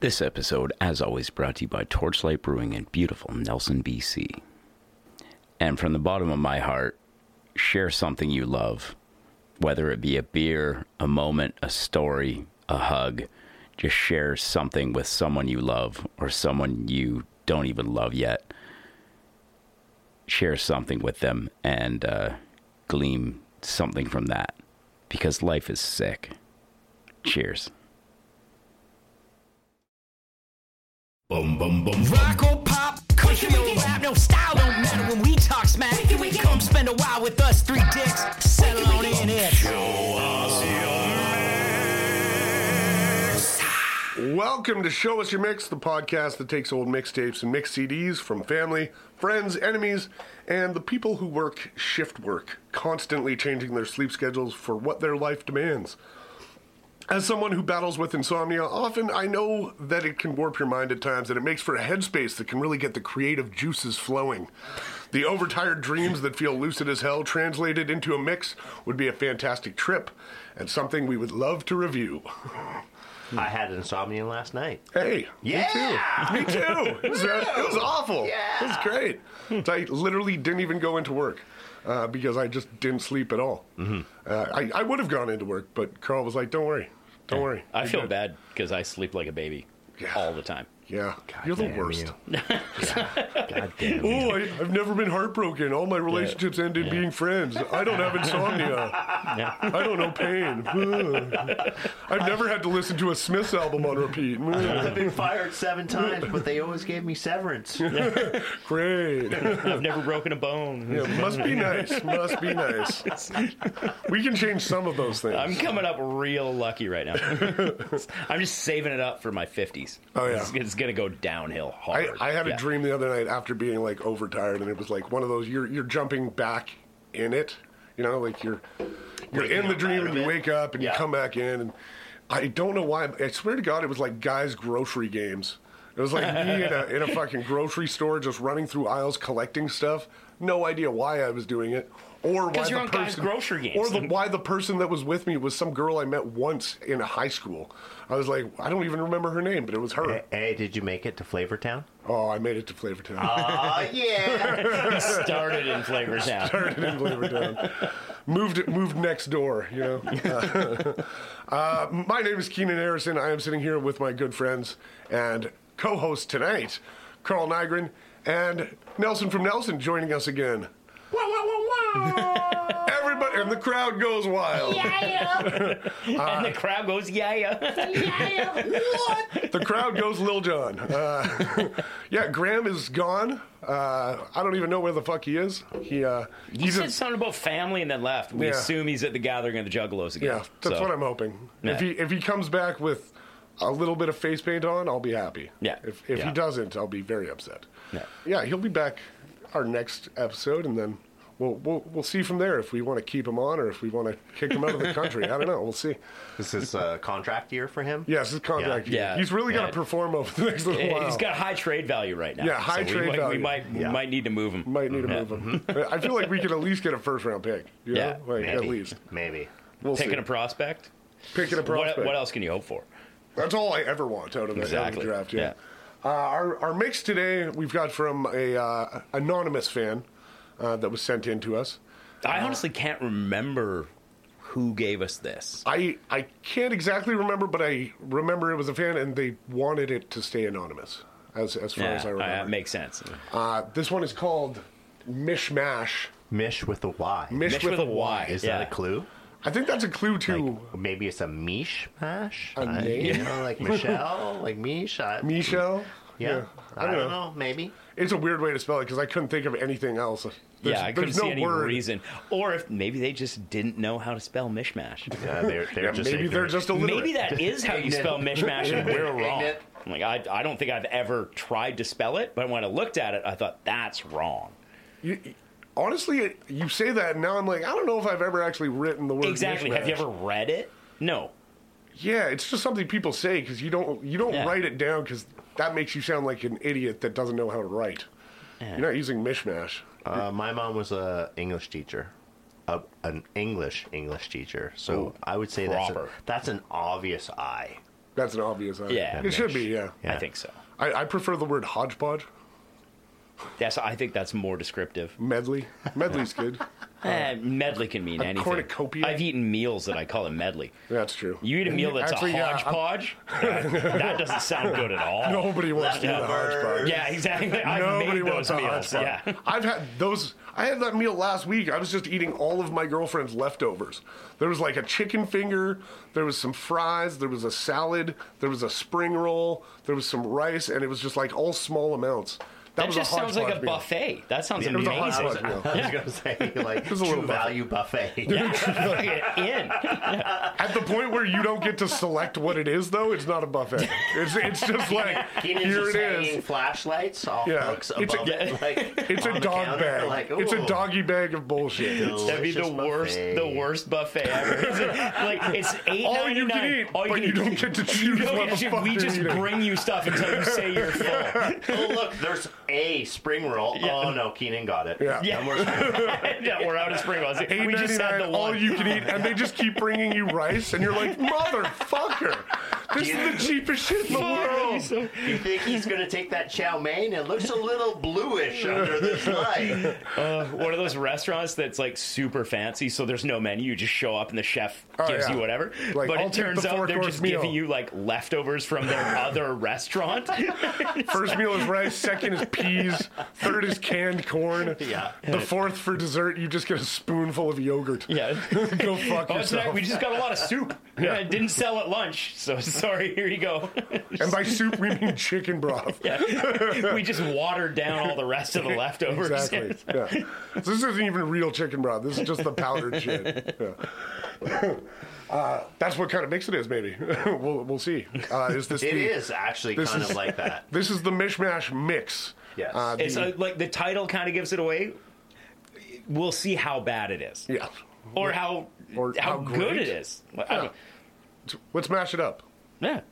This episode, as always, brought to you by Torchlight Brewing in beautiful Nelson, BC. And from the bottom of my heart, share something you love, whether it be a beer, a moment, a story, a hug. Just share something with someone you love or someone you don't even love yet. Share something with them and uh, glean something from that because life is sick. Cheers. Boom, boom, boom. Rock or pop, country or rap, no style don't matter when we talk smack. Come spend a while with us three dicks, settle on in it. Welcome to Show Us Your Mix, the podcast that takes old mixtapes and mix CDs from family, friends, enemies, and the people who work shift work, constantly changing their sleep schedules for what their life demands. As someone who battles with insomnia, often I know that it can warp your mind at times and it makes for a headspace that can really get the creative juices flowing. The overtired dreams that feel lucid as hell translated into a mix would be a fantastic trip and something we would love to review. I had insomnia last night. Hey, Yeah! me too. Me too. It was, it was awful. It was great. So I literally didn't even go into work uh, because I just didn't sleep at all. Mm-hmm. Uh, I, I would have gone into work, but Carl was like, "Don't worry, don't worry." I feel bad because I sleep like a baby Mm-hmm. Yeah. all the time. Yeah, you're the damn worst. God damn Oh, it. I, I've never been heartbroken. All my relationships end in being friends. I don't have insomnia. I don't know pain. I've never had to listen to a Smiths album on repeat. I've been fired seven times, but they always gave me severance. Great. I've never broken a bone. Yeah, must be nice. Must be nice. We can change some of those things. I'm coming up real lucky right now. I'm just saving it up for my 50s. Oh, yeah. It's, it's going to go downhill I, hard. I had a Yeah. dream the other night after being like overtired, and it was like one of those you're you're jumping back in it, you know, like you're you're in the dream and you wake up and you Yeah. come back in, and I don't know why. I swear to God, it was like guys' grocery games. It was like me in a in a fucking grocery store, just running through aisles collecting stuff. No idea why I was doing it. Or why 'Cause the you're on person, guys' grocery games. or the why the person that was with me was some girl I met once in high school. I was like, I don't even remember her name, but it was her. hey, did you make it to Flavortown? Oh, I made it to Flavortown. Ah. Oh, yeah. started in Flavor Town. started in Flavortown. moved moved next door, you know. Uh, uh, my name is Keenan Harrison. I am sitting here with my good friends and co-host tonight, Carl Nygren and Nelson from Nelson joining us again. Wow, wow, wow, wow. Everybody and the crowd goes wild. and the crowd goes, yeah, yeah. The crowd goes Lil Jon. Uh, yeah, Graham is gone. Uh, I don't even know where the fuck he is. He uh, You he's said a- something about family and then left. We Yeah. assume he's at the Gathering of the Juggalos again. Yeah, that's So, what I'm hoping. If Yeah. he if he comes back with a little bit of face paint on, I'll be happy. Yeah. If if Yeah. he doesn't, I'll be very upset. Yeah. Yeah, he'll be back our next episode, and then we'll we'll, we'll see from there if we want to keep him on or if we want to kick him out of the country. I don't know. We'll see. This is a contract year for him? Yes, his contract. Yeah. Yeah. He's really got Yeah. to perform over the next little Eh, while. He's got high trade value right now. Yeah, high we trade might- value. We might, Yeah. might need to move him. Might need to move him. I feel like we could at least get a first round pick. you Yeah, know? like, Maybe. at least Maybe. we'll Picking see. a prospect? picking a prospect. What, what else can you hope for? That's all I ever want out of it. Exactly. draft, yeah. Uh, our, our mix today we've got from a uh, anonymous fan uh, that was sent in to us. I honestly can't remember who gave us this. I I can't exactly remember, but I remember it was a fan, and they wanted it to stay anonymous, as as far as I uh, remember. makes sense. uh, this one is called Mishmash. Mish with a Y. Mish, Mixed with a Y. Is yeah. that a clue? I think that's a clue to Maybe it's a Mish mash? A I- name? You know, like Michelle, like Mish. I, Michelle. yeah. I, don't know. Maybe. It's a weird way to spell it because I couldn't think of anything else. There's, yeah, I couldn't there's no see any word. reason. Or if maybe they just didn't know how to spell mishmash. Yeah, they're, they're Yeah, just maybe they're ignorant. just a little. Maybe that is how you spell mishmash, and we're wrong. Ignorant. Like I, I don't think I've ever tried to spell it, but when I looked at it, I thought that's wrong. You, honestly, it- you say that, and now I'm like, I don't know if I've ever actually written the word. Exactly. Have you mishmash. ever read it? No. Yeah, it's just something people say because you don't you don't Yeah. write it down because that makes you sound like an idiot that doesn't know how to write. You're not using mishmash. Uh, my mom was a English teacher, a, an English English teacher. So I would say that's, a- proper. that's an obvious I. That's an obvious. I- Yeah. it should be. Yeah, I think so. I, I prefer the word hodgepodge, That's I think that's more descriptive. medley. Medley's good. Eh, medley can mean Uh, A anything. cornucopia? I've eaten meals that I call a medley. That's true. You eat a meal that's Actually, a yeah, I'm- hodgepodge. that, that doesn't sound good at all. Nobody wants to eat a Leftovers. hodgepodge. Yeah, exactly. I've Nobody made wants those a meals. hodgepodge. Yeah. I've had those. I had that meal last week. I was just eating all of my girlfriend's leftovers. There was like a chicken finger. There was some fries. There was a salad. There was a spring roll. There was some rice, and it was just like all small amounts. That, That was just a sounds like a hodgepodge meal. buffet. That sounds It was a amazing. hodgepodge meal. I was gonna say like was a little true value buffet. In. At the point where you don't get to select what it is, though, it's not a buffet. It's, it's just like Keenan's here just it hanging is. Flashlights, all Yeah. hooks It's a- above it. Like, It's on a the dog counter, bag. like, it's a ooh. doggy bag of bullshit. That'd be the Delicious worst, buffet. the worst buffet ever. It's like it's eight All you can eat, All you but can you eat. don't get to choose You don't what get the shit. fuck we you're just eating. bring you stuff until you say you're full. oh look, there's a spring roll. Oh no, Keenan got it. Yeah. Yeah. And we're yeah, we're out of spring rolls. We just had the $8.99, one. all you can eat, and they just keep bringing you rice, and you're like, motherfucker, this is the cheapest shit in the world. You think he's going to take that chow mein? It looks a little bluish under this light. one of those restaurants that's like super fancy, so there's no menu. You just show up and the chef Oh, gives yeah. you whatever. Like, but I'll it take turns the out they're four-course just meal. giving you like leftovers from their other restaurant. First meal is rice, second is peas, third is canned corn. Yeah. The fourth for dessert, you just get a spoonful of yogurt. Yeah. Go fuck Oh, tonight yourself. we just got a lot of soup. Yeah. it didn't sell at lunch, so sorry. Here you go. And by soup, we mean chicken broth. we just watered down all the rest of the leftovers. Exactly. Yeah. So this isn't even real chicken broth. This is just the powdered shit. Yeah. Uh, that's what kind of mix it is, maybe. we'll, we'll see. Uh, is this It the- is actually This kind is- of like that. This is the mishmash mix. Yes. Uh, the- It's uh like the title kind of gives it away. We'll see how bad it is, yeah. or how Or how, how good great. it is. I don't- Let's mash it up. yeah.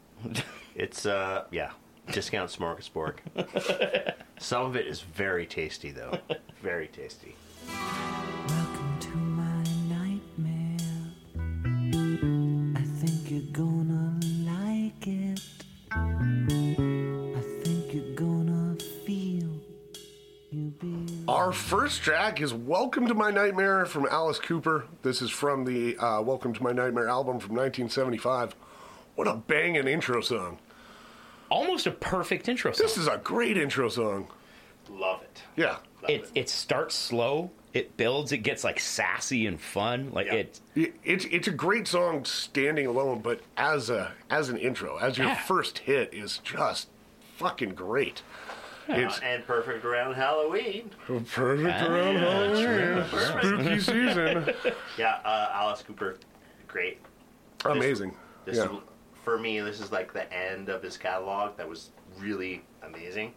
It's, uh, yeah, discount smorgasbord. Some of it is very tasty, though. Very tasty. Welcome to my nightmare. I think you're gonna like it. I think you're gonna feel you be. Our first track is Welcome to My Nightmare from Alice Cooper. This is from the uh, Welcome to My Nightmare album from 1975. What a banging intro song. almost a perfect intro song. This is a great intro song. Love it. Yeah. It it starts slow, it builds, it gets like sassy and fun. Like it, It- It's it's a great song standing alone, but as a as an intro, as your Yeah. first hit is just fucking great. It's Uh, And perfect around Halloween. perfect around Halloween, spooky season. Yeah, uh, Alice Cooper, great. Amazing. This yeah. is, for me, this is like the end of his catalog that was really amazing.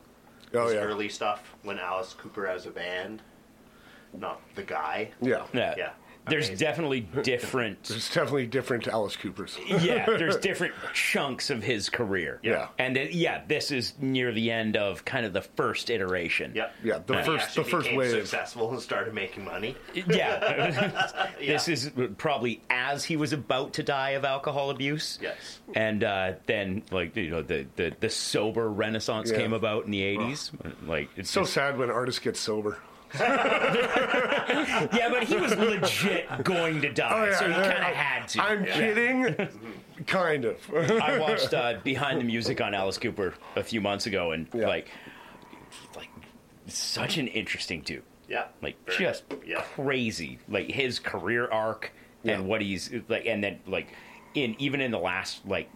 Oh, his yeah. early stuff when Alice Cooper as a band, not the guy. yeah. yeah. Yeah. There's Amazing. definitely different. It's definitely different to Alice Cooper's. yeah, there's different chunks of his career. Yeah. and it, yeah, this is near the end of kind of the first iteration. Yep. Yeah, the When he first- actually the first became wave. successful and started making money. yeah. Yeah. this is probably as he was about to die of alcohol abuse. Yes. and uh, then like you know the the, the sober renaissance Yeah. Oh. came about in the 80s. Like it's So just- sad when artists get sober. Yeah, but he was legit going to die, so he kind of had to. Oh, I'm kidding. kind of. I watched uh, Behind the Music on Alice Cooper a few months ago, and Yeah. like, like such an interesting dude. Yeah. Like Very- just Yeah. crazy, like his career arc Yeah. and what he's like, and then like in even in the last like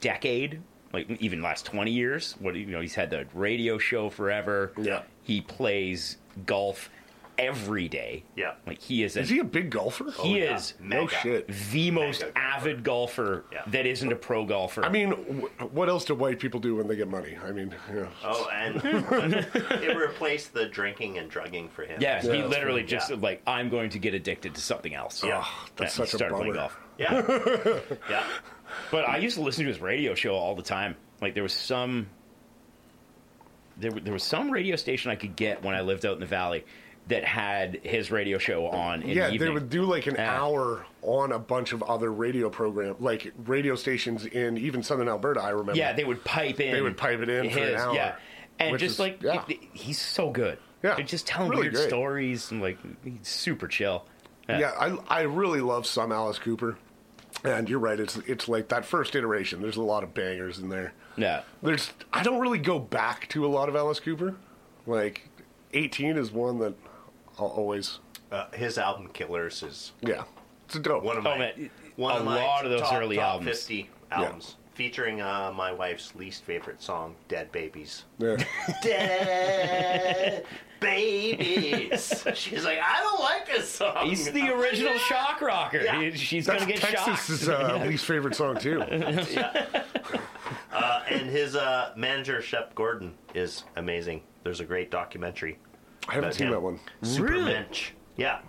decade, like even last twenty years, what you know, he's had the radio show forever. Yeah. he plays golf every day. Yeah. Oh, like he is. Is he a big golfer? Oh, He is No Mega. shit. the most golfer. avid golfer Yeah. that isn't a pro golfer. I mean, wh- what else do white people do when they get money? I mean, yeah. Oh, and it replaced the drinking and drugging for him. Yeah, he that's literally just Yeah. like I'm going to get addicted to something else. Yeah. Ugh, that's Yeah, he such a started playing bummer. golf. Yeah. yeah. But I used to listen to his radio show all the time. Like there was some there, wa- there was some radio station I could get when I lived out in the valley that had his radio show on. In yeah, the they evening. would do like an Yeah. hour on a bunch of other radio program, like radio stations in even southern Alberta. I remember. Yeah, they would pipe in. They would pipe it in for an hour, Yeah, and which just is- like yeah. it- it- he's so good. Yeah, They're just telling really weird great. stories and like he's super chill. yeah. I I really love some Alice Cooper, and you're right. It's it's like that first iteration. There's a lot of bangers in there. Yeah. There's I don't really go back to a lot of Alice Cooper. Like 18 is one that I'll always Uh, his album Killers is yeah. It's a dope. one of Oh, my man. one A of my lot of those top, early top albums. 50 albums featuring uh, my wife's least favorite song, Dead Babies. Yeah. Dead Babies. She's like, I don't like this song. He's the original shock rocker. Yeah. He- She's That's gonna get shocked. Texas's uh, least favorite song too. Uh, and his uh, manager Shep Gordon is amazing. There's a great documentary. I haven't But seen him. that one. Supermensch. Yeah.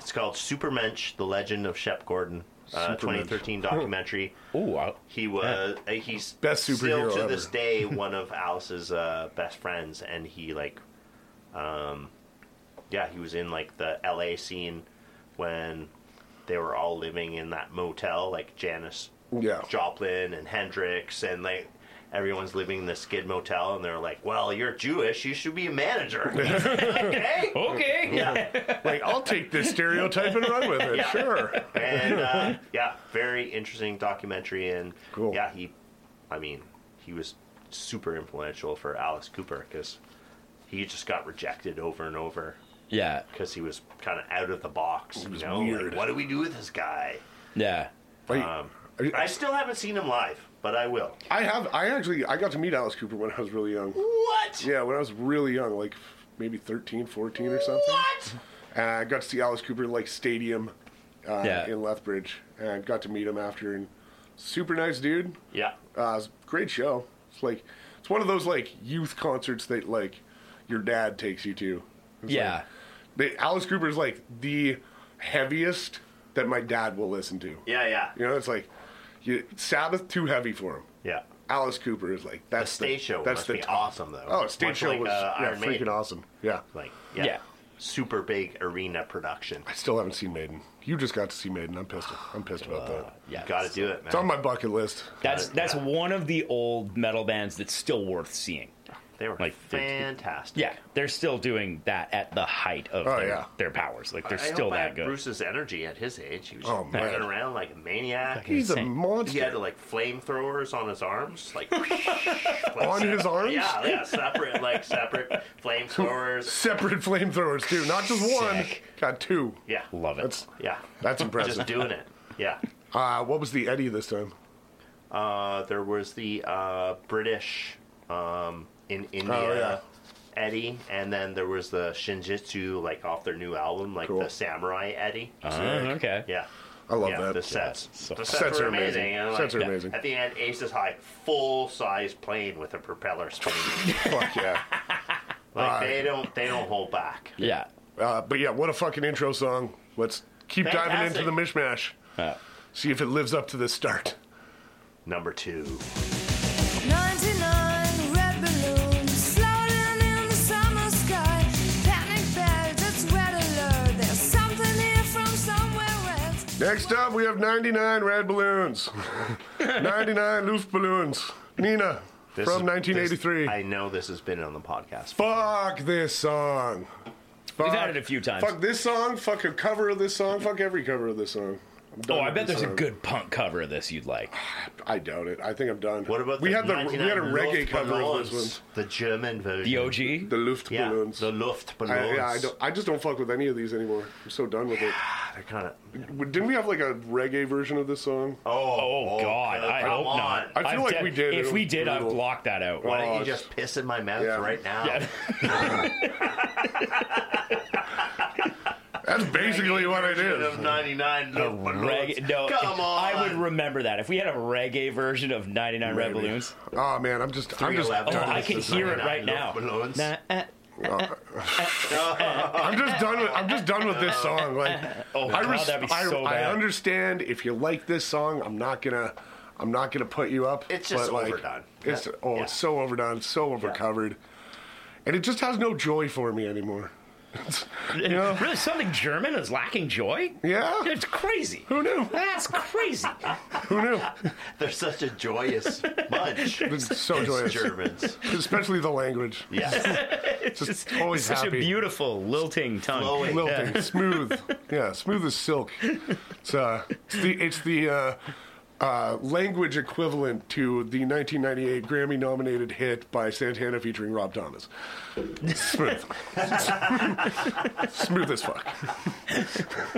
It's called Supermensch: The Legend of Shep Gordon. Uh, Supermensch. 2013 documentary. Ooh, I- He was uh, he's Best superhero still to ever. this day one of Alice's uh, best friends, and he like, um, yeah, he was in like the L.A. scene when they were all living in that motel, like Janis Yeah. Joplin and Hendrix, and like everyone's living in the Skid Motel, and they're like, "Well, you're Jewish, you should be a manager." okay. okay. Yeah. Like I'll take this stereotype and run with it. Sure. and uh, yeah, very interesting documentary. And Cool. yeah, he, I mean, he was super influential for Alice Cooper because he just got rejected over and over Yeah. because he was kind of out of the box. was you know, weird. Like, what do we do with this guy? Yeah. Like, I- I still haven't seen him live, but I will. I have. I actually. I got to meet Alice Cooper when I was really young. What? Yeah, when I was really young, like maybe 13, 14 or something. What? And I got to see Alice Cooper like stadium uh, Yeah. in Lethbridge, and got to meet him after. And super nice dude. Yeah. Uh, it's a great show. It's like it's one of those like youth concerts that like your dad takes you to. It's Yeah. Like, they, Alice Cooper is like the heaviest that my dad will listen to. Yeah. Yeah. You know, it's like you, Sabbath too heavy for him. Yeah. Alice Cooper is like The that's stage show That's must the be awesome though. Oh, stage Much show like, was uh, yeah, Iron freaking Maiden. awesome. Yeah, Like yeah, Yeah. super big arena production. I still haven't seen Maiden. You just got to see Maiden. I'm pissed. I'm pissed about that. Yeah. You gotta do it, man. It's on my bucket list. That's Uh, that's yeah. one of the old metal bands that's still worth seeing. They were Like, they- fantastic. Yeah, they're still doing that at the height of Oh, their, yeah. their powers. Like they're I still hope I that had good. Bruce's energy at his age. He was Oh, oh, man. running around like a maniac. He's a Insane. He monster. had like flamethrowers on his arms, like On his arms? Yeah, yeah, separate, like separate flamethrowers. Separate flamethrowers too, not just one. Sick. Got two. Yeah, Love it. That's Yeah, that's just impressive. doing it. Yeah. Uh, what was the Eddie this time? Uh, there was the uh, British um, in India. Oh, yeah. Eddie, and then there was the Shinjitsu, like off their new album, like Cool. the Samurai Eddie. Uh-huh. Uh, okay. Yeah. I love yeah, that. The sets. so- the sets, are amazing. and, like, Sets are amazing. At the end, Ace is high, full size plane with a propeller spinning. Fuck yeah. like they don't, they don't hold back. Yeah. Uh, but yeah, what a fucking intro song. Let's keep diving Fantastic. into the mishmash. Uh, See if it lives up to the start. Number two, 99 red balloons floating in the summer sky. Panic bags, it's red alert. There's something here from somewhere else. Next up, we have 99 red balloons, 99 loof balloons. Nina This from is- 1983. this- I know this has been on the podcast. Fuck this song. Fuck, We've had it a few times. Fuck this song. Fuck a cover of this song. Fuck every cover of this song. I'm done Oh, I with bet this there's a song. good punk cover of this you'd like. I doubt it. I think I'm done. What about we the had the we 99 had a reggae Luft cover of this Ballons? The German version. The OG? one, the Luft Yeah, balloons. the Luft balloons. I, yeah, I, don't, I just don't fuck with any of these anymore. I'm so done with it. They're kind of. Didn't we have like a reggae version of this song? Oh, oh, God. I come hope on. not. I feel I've like de- we did. It If we was did, I've brutal. blocked that out. Why don't Oh, you just piss in my mouth yeah. right now? Yeah. That's basically what it Version Of is. 99 Luft Reg- balloons. no, Come on. I would remember that. If we had a reggae version of 99 Red Maybe. Balloons, Oh man, I'm just I'm just 311. oh, Turn I this can is hear it 99 right now. Luft balloons. Nah, uh, I'm just done with I'm just done with this song. Like, Oh, God, that'd be so I, I bad. understand if you like this song. I'm not gonna I'm not gonna put you up. It's just but, like, overdone. It's oh, Yeah. it's so overdone, so overcovered, and it just has no joy for me anymore. Really, something German is lacking joy? Yeah. It's crazy. Who knew? That's crazy. Who knew? They're such a joyous bunch. It's so These joyous, Germans. especially the language. Yes. It's Just always such happy. a beautiful lilting tongue. Flowing. Lilting, smooth, yeah, smooth as silk. It's, uh, it's the it's the uh, uh, language equivalent to the 1998 Grammy-nominated hit by Santana featuring Rob Thomas. Smooth, smooth as fuck.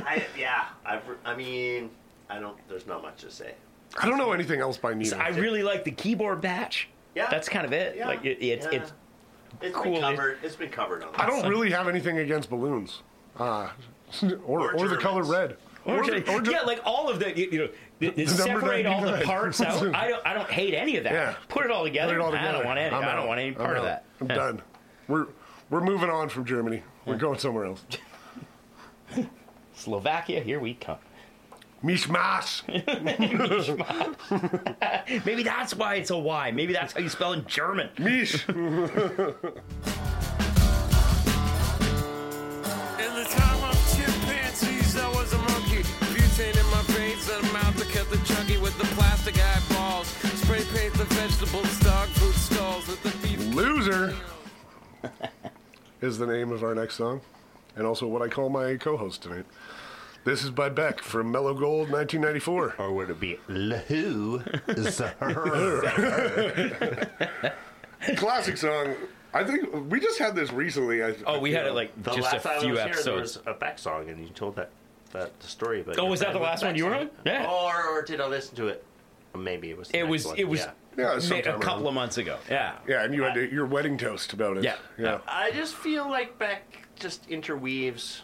I, yeah. I've, I mean, I don't. There's not much to say. I don't know anything else by Nina. I really like the keyboard batch. Yeah. That's kind of it. Yeah. Like it, it's Yeah. it's It's cool. been covered. It's been covered on. I don't really have anything against balloons, uh, or, or, Or the color Germans. red. Or the- ju- Ger- yeah, like all of the you, you know, th- th- number separate all the 99. parts out. I don't, I don't hate any of that. Yeah. Put it all together. Put it all I together. don't want any. I'm I out. don't want any I'm part out. of that. I'm Yeah. done. We're we're moving on from Germany. We're going somewhere else. Slovakia, here we come. Mishmash. Maybe that's why it's a Y. Maybe that's how you spell in German. Mish. In the time of chimpanzees, I was a monkey. Butane in my veins and a mouth that kept the chunky with the plastic eyeballs. Spray paint the vegetables, dog food stalls with the beef. Loser is the name of our next song, and also what I call my co-host tonight. This is by Beck from Mellow Gold, 1994. Or would it be Lahoo? Zahur? Classic song. I think we just had this recently. I, Oh, we had it like The just last a time I few was here, there episodes. was a back song, and you told that that story about. Oh, your was that friend the with last one you were back on? song. Yeah. Or, or did I listen to it? Maybe it was. The It next was one, it was yeah. Yeah, ma- sometime a around. couple of months ago. Yeah. yeah, and you had your wedding toast about it. Yeah. yeah. I just feel like Beck just interweaves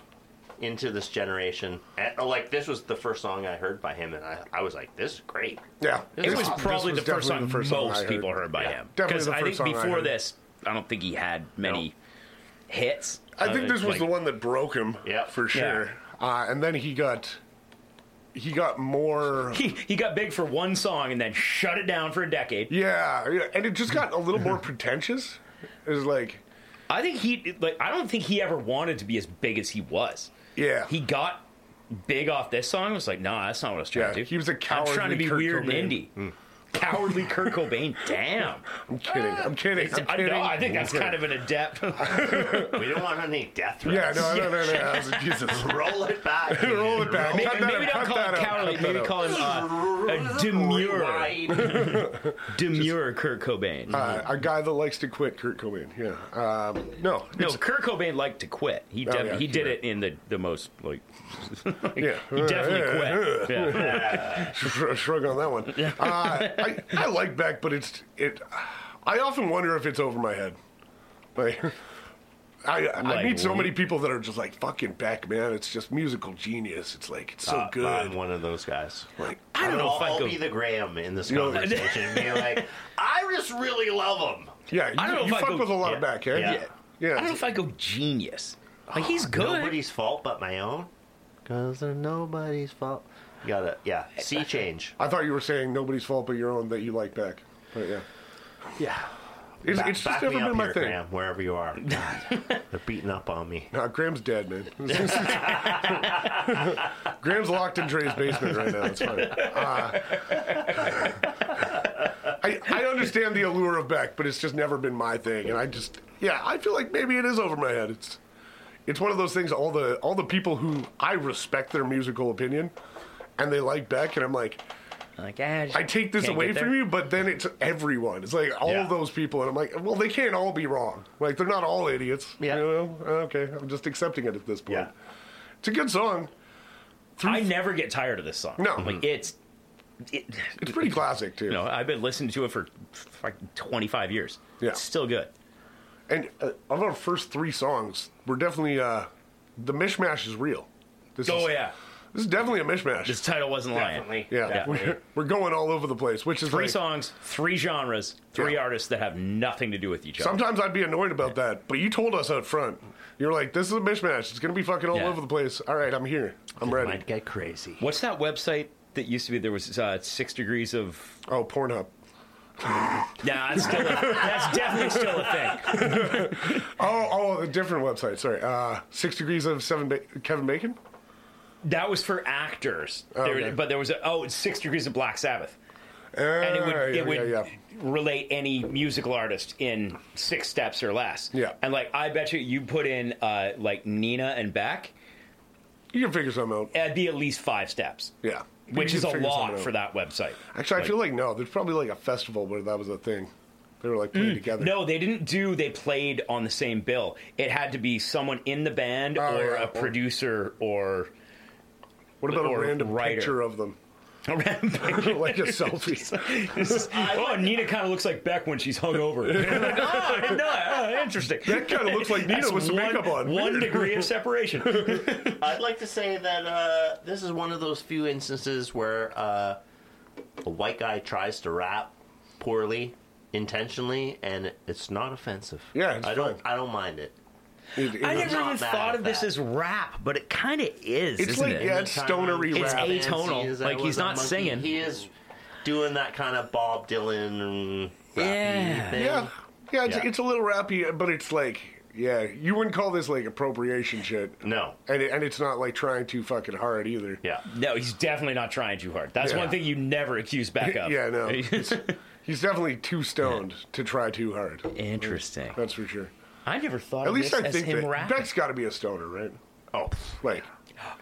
into this generation. And, oh, like this was the first song I heard by him, and I, I was like, "This is great." Yeah. It This- was this probably was the, definitely first song the first song I most heard. people heard by Yeah. him. Definitely Because the I first think song I before heard. this, I don't think he had many hits. I think this was like- the one that broke him. Yeah. for Yeah. sure. Uh, and then he got he got more. He, he got big for one song and then shut it down for a decade. Yeah, yeah, and it just got a little more pretentious. It was like, I think he like I don't think he ever wanted to be as big as he was. yeah, He got big off this song. and Was like, nah, that's not what I was trying Yeah, to do. he was a I'm trying cowardly to be Kurt weird and Cobain. indie. Cowardly Kurt Cobain. Damn. I'm kidding, I'm kidding, I'm I, kidding. no, I think that's kind of an adept. We don't want any death Yeah, threats. no, no, no, no. I was like, Jesus, Roll it back. roll it back. maybe Cut that maybe out, don't cut call him that out, cowardly. cut that Maybe out. call him uh, a demure, Rewind. demure Kurt Cobain. Uh, a guy that likes to quit, Kurt Cobain. Yeah, um, no, no, Kurt Cobain liked to quit. He Oh, def- yeah, he did sure. it in the the most like. yeah, He definitely quit. Yeah. Shr- shrug on that one. Uh, I, I like Beck, but it's it. I often wonder if it's over my head. Like, I I Like meet so what? many people that are just like fucking Beck, man. It's just musical genius. It's like it's so Uh, good. I'm one of those guys. like I don't I'll, know if I I'll go. be the Graham in this know- conversation and be like, I just really love him. yeah, I don't you, know you if I fuck go- with a lot of yeah, Beck, eh? yeah. yeah. I don't know if I go genius. Like he's good. Nobody's fault but my own. Because they're nobody's fault. You gotta, yeah, sea change. I thought you were saying nobody's fault but your own that you like Beck, but yeah. Yeah. It's, it's just never been my thing. Graham, wherever you are. God, they're beating up on me. Nah, Graham's dead, man. Graham's locked in Dre's basement right now. It's fine. Uh, I, I understand the allure of Beck, but it's just never been my thing. And I just, yeah, I feel like maybe it is over my head. It's, it's one of those things. All the all the people who I respect their musical opinion, and they like Beck, and I'm like, Like, ah, just I take this can't away get from there. you, but then it's everyone. It's like all Yeah. those people, and I'm like, well, they can't all be wrong. Like they're not all idiots. Yeah. You know? Okay, I'm just accepting it at this point. Yeah. It's a good song. I never get tired of this song. No. like it's. It, It's pretty classic too. you know, I've been listening to it for like 25 years. Yeah. It's still good. And uh, of our first three songs, we're definitely uh, the mishmash is real. This Oh is, yeah, This is definitely a mishmash. this title wasn't lying. Definitely. yeah. yeah. We're, we're going all over the place, which is Three like, songs, three genres, three Yeah. artists that have nothing to do with each other. Sometimes I'd be annoyed about that, but you told us out front. You're like, this is a mishmash. It's gonna be fucking all Yeah. over the place. All right, I'm here. I'm ready. Might get crazy. What's that website that used to be? There was uh, six degrees of Oh, Pornhub. Nah, that's still a, that's definitely still a thing. Oh, oh, a different website. Sorry. Uh, Six Degrees of Seven ba- Kevin Bacon? That was for actors, There- Okay. but there was a, oh, it's Six Degrees of Black Sabbath, Uh, and it would yeah, it would yeah, yeah. relate any musical artist in six steps or less. Yeah. and like I bet you, you put in uh, like Nina and Beck, You can figure something out. it'd be at least five steps, Yeah. You which can is a figure lot something for out. that website. Actually, I feel like no. There's probably like a festival where that was a thing. They were like playing together. Mm. No, they didn't do. They played on the same bill. It had to be someone in the band Oh, or yeah, or- a producer or What about a or random writer. picture of them? a random like a selfie. oh, Nina kind of looks like Beck when she's hungover. like, Ah, oh, I didn't know that. Oh, interesting. That kind of looks like Nina That's with some one, makeup on. One Weird. degree of separation. I'd like to say that uh, this is one of those few instances where uh, a white guy tries to rap poorly, intentionally, and it's not offensive. Yeah, it's I don't. fine. I don't mind it. It- it I was- never not even bad thought at of this that. as rap, but it kind of is. It's isn't like it? yeah, it's stonery It's rap. fancy atonal. as I Like, he's was a not monkey. singing. He is doing that kind of Bob Dylan. rappy Yeah. thing. yeah, yeah it's, Yeah. it's a little rappy, but it's like yeah, you wouldn't call this like appropriation shit. No. And it, and it's not like trying too fucking hard either. Yeah. No, he's definitely not trying too hard. That's Yeah. one thing you never accuse Beck of. Yeah, no. It's, he's definitely too stoned to try too hard. Interesting. That's for sure. I never thought At of least this I as think him that rapping. Beck's got to be a stoner, right? Oh. Like,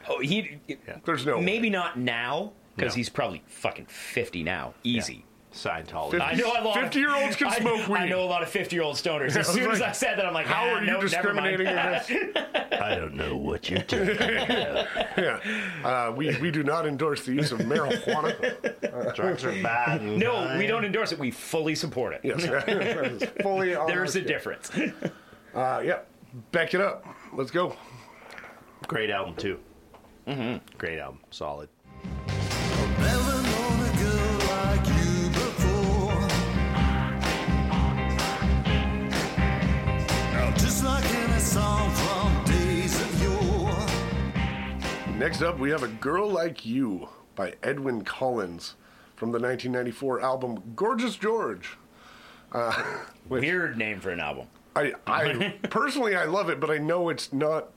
Oh, he there's no way. maybe not now because No. he's probably fucking fifty now, easy. Scientology. I know a lot. of- 50-year-olds can I- smoke weed. I know a lot of fifty-year-old stoners. As was soon as like, I said that, I'm like, How "Ah, are you nope, never mind." discriminating against? I don't know what you're doing. Yeah, uh, we we do not endorse the use of marijuana. Drugs are bad. and No, we kind. don't endorse it. We fully support it. Yes, It's fully. on There's our a shit. difference. Uh, yeah, back it up. Let's go. Great album too. Mm-hmm. Great album. Solid. Never known a girl like you before. Now, just like in a song from days of yore. Next up, we have a girl like you by Edwin Collins from the 1994 album Gorgeous George. Weird name for an album. I I personally I love it, but I know it's not.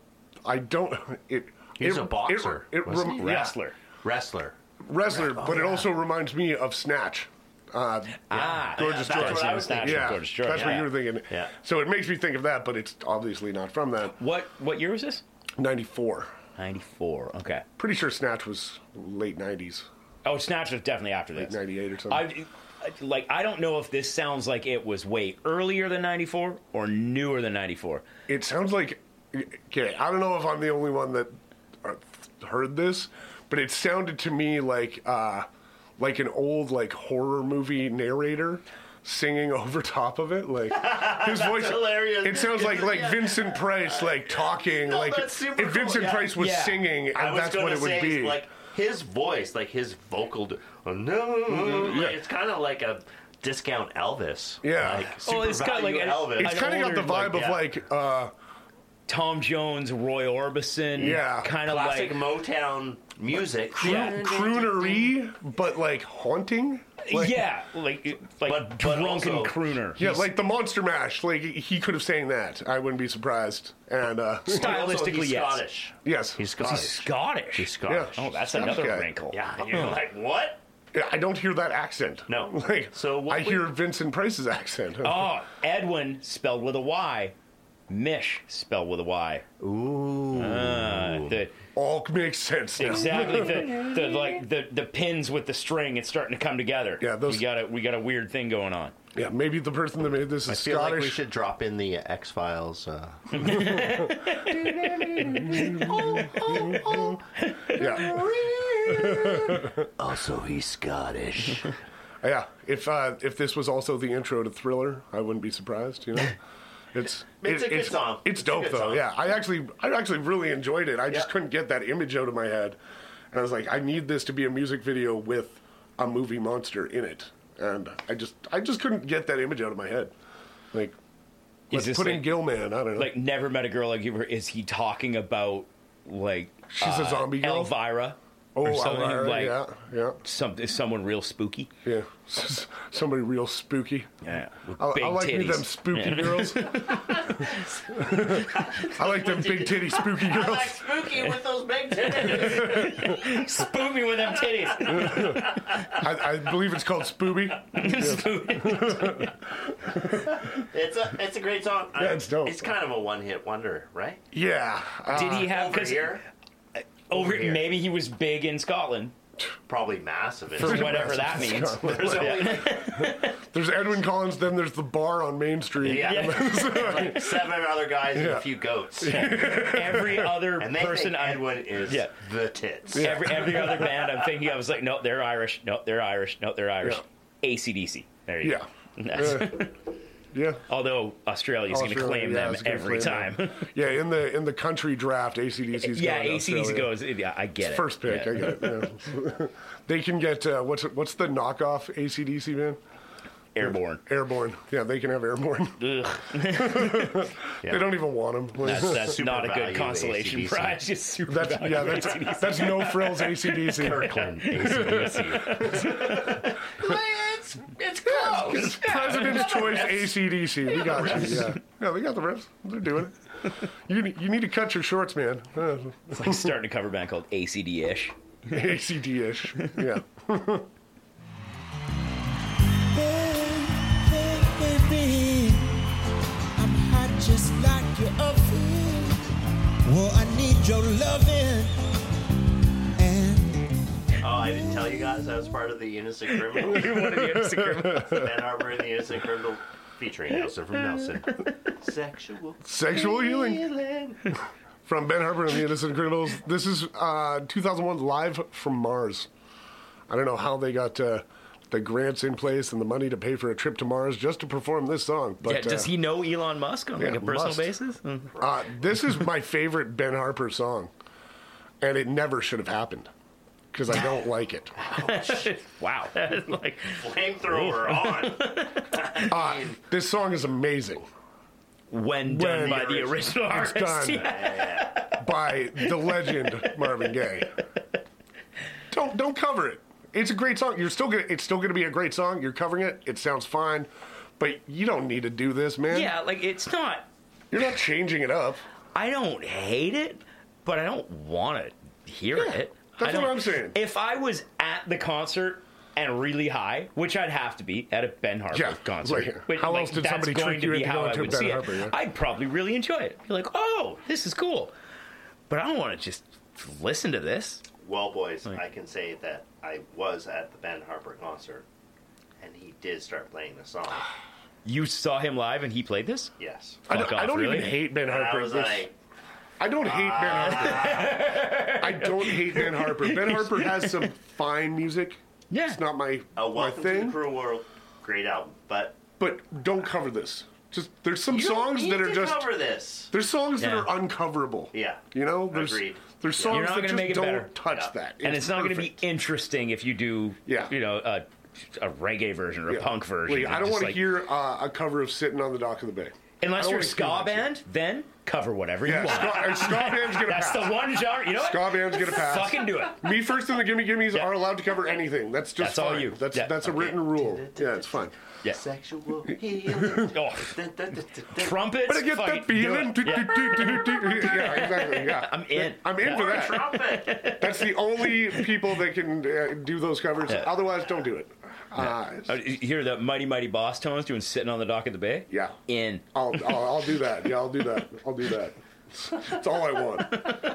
I don't. It. He's it- a boxer, It, it wasn't Oh, rem- yeah, Wrestler. Wrestler. Uh, wrestler, but it also reminds me of Snatch. Uh, Ah, Gorgeous Oh, that's George. what I was thinking. Yeah, Gorgeous George, that's what yeah. you were thinking. Yeah. So it makes me think of that, but it's obviously not from that. What what year was this? 94. Ninety-four. Okay. Pretty sure Snatch was late 90s, Oh, Snatch was definitely after this. 98 or something. I like. I don't know if this sounds like it was way earlier than '94 or newer than '94. it sounds like, okay, I don't know if I'm the only one that uh, heard this, but it sounded to me like, uh, like an old like horror movie narrator singing over top of it like his voice hilarious. it sounds like like Yeah. vincent price like talking No, like that's super if vincent cool, yeah. price was Yeah. singing I and was that's gonna what it would say, be Like his voice, like his vocal. d- Oh, no, like, it's kind of like a discount Elvis. Mm-hmm. Yeah. like super Oh, it's got, like, value an- Elvis. it's I'd kind of got the ordered, like, vibe of yeah. like uh Tom Jones, Roy Orbison. Yeah. Kind of classic like Motown music. croon- croonery but like haunting like, yeah, like like But- but drunken also- crooner. Yeah, like the Monster Mash. Like he could have sang that. I wouldn't be surprised. And uh Also, stylistically, he's yes. Scottish. yes, Uh, He's He's Scottish. Scottish. He's Scottish. Yeah. Oh, that's Scottish another guy. wrinkle. Yeah, and you're like what? Yeah, I don't hear that accent. No. Like So what I we- hear Vincent Price's accent. Oh, Edwin spelled with a Y. Mish spelled with a Y. Ooh. the, All makes sense now. exactly. The, the like the, the pins with the string. It's starting to come together. Yeah, those- we got a we got a weird thing going on. Yeah, maybe the person that made this is I feel like we Scottish. should drop in the X Files. Uh, Yeah, also, he's Scottish. yeah. If uh, if this was also the intro to Thriller, I wouldn't be surprised. You know, it's It's a good song. It's It's a dope good though. song. Yeah, I actually I actually really enjoyed it. I just Yeah. couldn't get that image out of my head, and I was like, I need this to be a music video with a movie monster in it, and I just I just couldn't get that image out of my head. Like, let's Is this put in like- Gilman. I don't know. Like never met a girl like you. Is he talking about like She's a zombie girl? Elvira Oh, or something I- I- like yeah, yeah, some someone real spooky. yeah. Somebody real spooky. Yeah, with I, big I like me titties. them spooky Yeah. girls. I like them big titty spooky I girls. like spooky with those big titties. Spook me with them titties. I, I believe it's called Spooby. It's a it's a great song. I- Yeah, it's dope. It's kind of a one hit wonder, right? Yeah. uh, Did he have Over 'cause uh, here, over- here. maybe he was big in Scotland probably massive. for whatever that Massive means. Scotland. There's only like, there's Edwin Collins, then there's the bar on Main Street. Yeah. Yeah. like seven other guys and Yeah. a few goats, Every other and they person think I Edwin is Yeah. the tits. every every other band I'm thinking of is like, nope, they're Irish. Nope, they're Irish. Nope, they're Irish. ACDC. There you yeah. go. That's- Yeah. Although Australia's going to Australia, claim yeah, I them was gonna every claim time. them. Yeah, in the in the country draft, ACDC's yeah, going to ACDC Australia. goes. Yeah, I get it. First pick, Yeah. I get it. yeah. they can get uh, what's what's the knockoff ACDC man? Airborne. Airborne. Yeah, they can have airborne. Ugh. They don't even want them. That's, that's Super not a value good consolation AC/DC. prize. Just super That's value yeah. That's, AC/DC. that's no frills ACDC. Kirkland, ACDC. it's, it's close. President's Choice ACDC. We got you. Yeah, yeah, they got the refs. They're doing it. You you need to cut your shorts, man. Uh, It's like starting a cover band called ACD ish. ACD ish. Yeah. Baby, I'm hot just like your oven. Well, I need your loving. And Oh, I didn't tell you guys I was part of the Innocent Criminals. Ben Harper and the Innocent Criminal featuring Nelson from Nelson. Sexual Sexual healing feeling. from Ben Harper and the Innocent Criminals. This is uh, 2001 live from Mars. I don't know how they got uh, the grants in place and the money to pay for a trip to Mars just to perform this song. But yeah, does uh, he know Elon Musk on like yeah, a personal must. basis? Mm. Uh, this is my favorite Ben Harper song, and it never should have happened because I don't like it. Wow. like, Flamethrower on. Uh, this song is amazing when When done by the it's original artist. done. Yeah. by the legend Marvin Gaye. Don't don't cover it. It's a great song. You're still gonna. It's still gonna be a great song. You're covering it. It sounds fine, but you don't need to do this, man. yeah, like it's not. You're not changing it up. I don't hate it, but I don't want to hear it. that's I don't- what I'm saying. If I was at the concert and really high, which I'd have to be at a Ben Harper Yeah, concert, like, which- how else did that's somebody going trick you to be into how going I to a would Ben see it, Harper, yeah. I'd probably really enjoy it. Be like, oh, this is cool, but I don't want to just listen to this. Well, boys, I can say that I was at the Ben Harper concert, and he did start playing the song. You saw him live and he played this. Yes. I Fuck don't, I off, don't really? even hate Ben And I Harper. was This- like, "Ah." I don't hate Ben Harper. I don't hate Ben Harper. Ben Harper has some fine music. Yeah. It's not my, "A my Welcome to the thing. Cruel World, great album." But But don't cover this. Just there's some you songs don't need that are to just cover this. there's songs Yeah. that are uncoverable. Yeah. You know, there's Agreed. there's Yeah. You're songs not that gonna just make it don't better. touch Yeah. that. and it's not going to be perfect. interesting if you do, Yeah. you know, a, a reggae version or Yeah. a punk version. Like, I don't Just want to like- hear uh, a cover of "Sitting on the Dock of the Bay." I Unless don't you're a wanna ska hear that band, then cover whatever shit. Yeah, you ska, and want. ska band's gonna That's pass. the one genre. You know what? Ska band's gonna pass. Fucking do it. Me first and the gimme gimmes Yeah. are allowed to cover anything. That's just That's all fine. you. That's Yeah. that's a Okay. written rule. Yeah, it's fine. Yeah. Sexual healing. Oh, Dun, dun, dun, dun, dun. trumpets. But I get fucking that feeling. do it. Yeah. Yeah, exactly. Yeah. I'm in. I'm in for that. Trumpet. That's the only people that can uh, do those covers. Yeah. Otherwise, don't do it. Uh, Uh, you hear the mighty mighty boss tones doing sitting on the dock of the bay? Yeah. In. I'll, I'll, I'll do that. Yeah, I'll do that. I'll do that. It's all I want.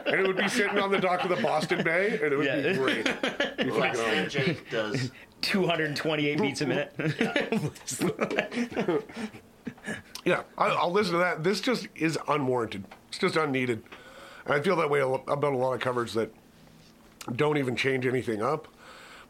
And it would be sitting on the dock of the Boston Bay, and it would Yeah. be great. Be fucking Less than awesome. Jake does. 228 beats a minute. Yeah, I, I'll listen to that. This just is unwarranted. It's just unneeded. And I feel that way a lo- about a lot of covers that don't even change anything up,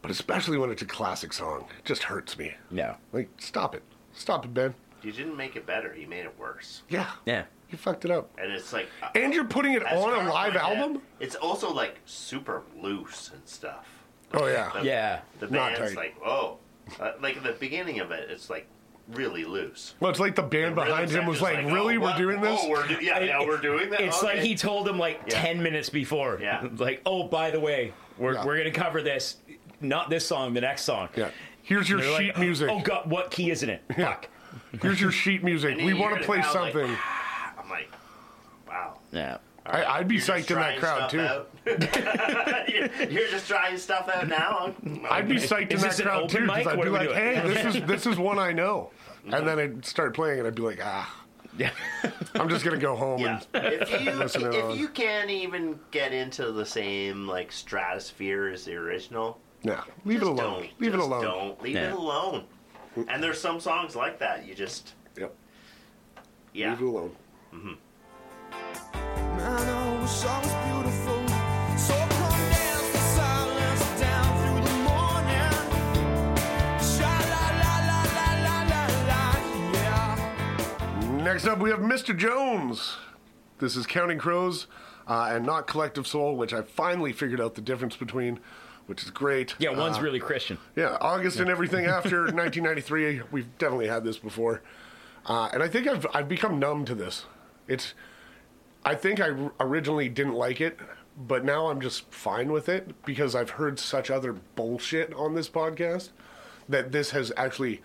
but especially when it's a classic song. It just hurts me. no. Like, stop it. Stop it, Ben. You didn't make it better. You made it worse. Yeah. Yeah. You fucked it up. And it's like uh, And you're putting it as on a Carl live pointed out, album? It's also like super loose and stuff. Oh, yeah. The- Yeah. The Not band's tight. like, oh, uh, like at the beginning of it, it's like really loose. Well, it's like the band Really behind him Zach was is like, oh, really? we're what? doing this? Oh, we're do- yeah, now we're doing that. It's like Okay. he told them like Yeah. 10 minutes before. Yeah. Like, oh, by the way, We're, we're going to cover this. Not this song, the next song. Yeah. Here's your sheet music. Oh, God, what key isn't it? Fuck. Here's your sheet music. And then We you want hear to the play crowd, like, "Ah." something. I'm like, wow. Yeah. I, I'd be You're just psyched in that trying crowd too. stuff out. you're, you're just trying stuff out now. I'd be psyched in that crowd too because I'd be like, "Hey, this is this is one I know," and then I'd start playing and I'd be like, "Ah, I'm just gonna go home if and listen you to if it." you can't even get into the same like stratosphere as the original, Yeah, leave it just alone. Don't, Leave it just alone. Don't leave it Yeah. alone. And there's some songs like that. You just yep. Yeah. Leave it alone. Man, I wish I was beautiful. So come dance the silence down through the morning. Sha la la la la la la la, yeah. Next up, we have Mr. Jones. This is Counting Crows uh, and not Collective Soul, which I finally figured out the difference between, which is great. Yeah, one's Uh, really Christian. Yeah, August and everything after 1993. We've definitely had this before, uh, and I think I've I've become numb to this. It's, I think I r- originally didn't like it, but now I'm just fine with it because I've heard such other bullshit on this podcast that this has actually,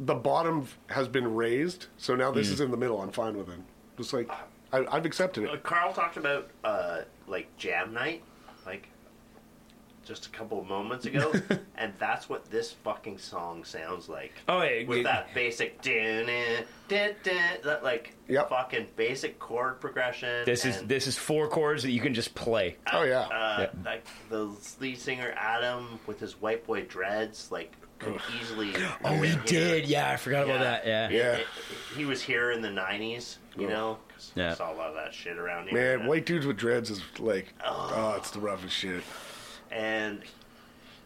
the bottom has been raised. So now this Mm. is in the middle. I'm fine with it. Just like I, I've accepted it. Uh, Carl talked about uh, like jam night, like just a couple of moments ago, and that's what this fucking song sounds like. Oh, yeah, with yeah. that basic dun, eh, dun, dun, that like fucking basic chord progression. This is and, this is four chords that you can just play. oh yeah. uh, like the lead singer Adam with his white boy dreads, like could easily. Oh, he did. Yeah, I forgot about that. Yeah. It- it- he was here in the '90s, you know. 'cause I Yeah. saw a lot of that shit around here. Man, white dudes with dreads is like, oh, it's the roughest shit. and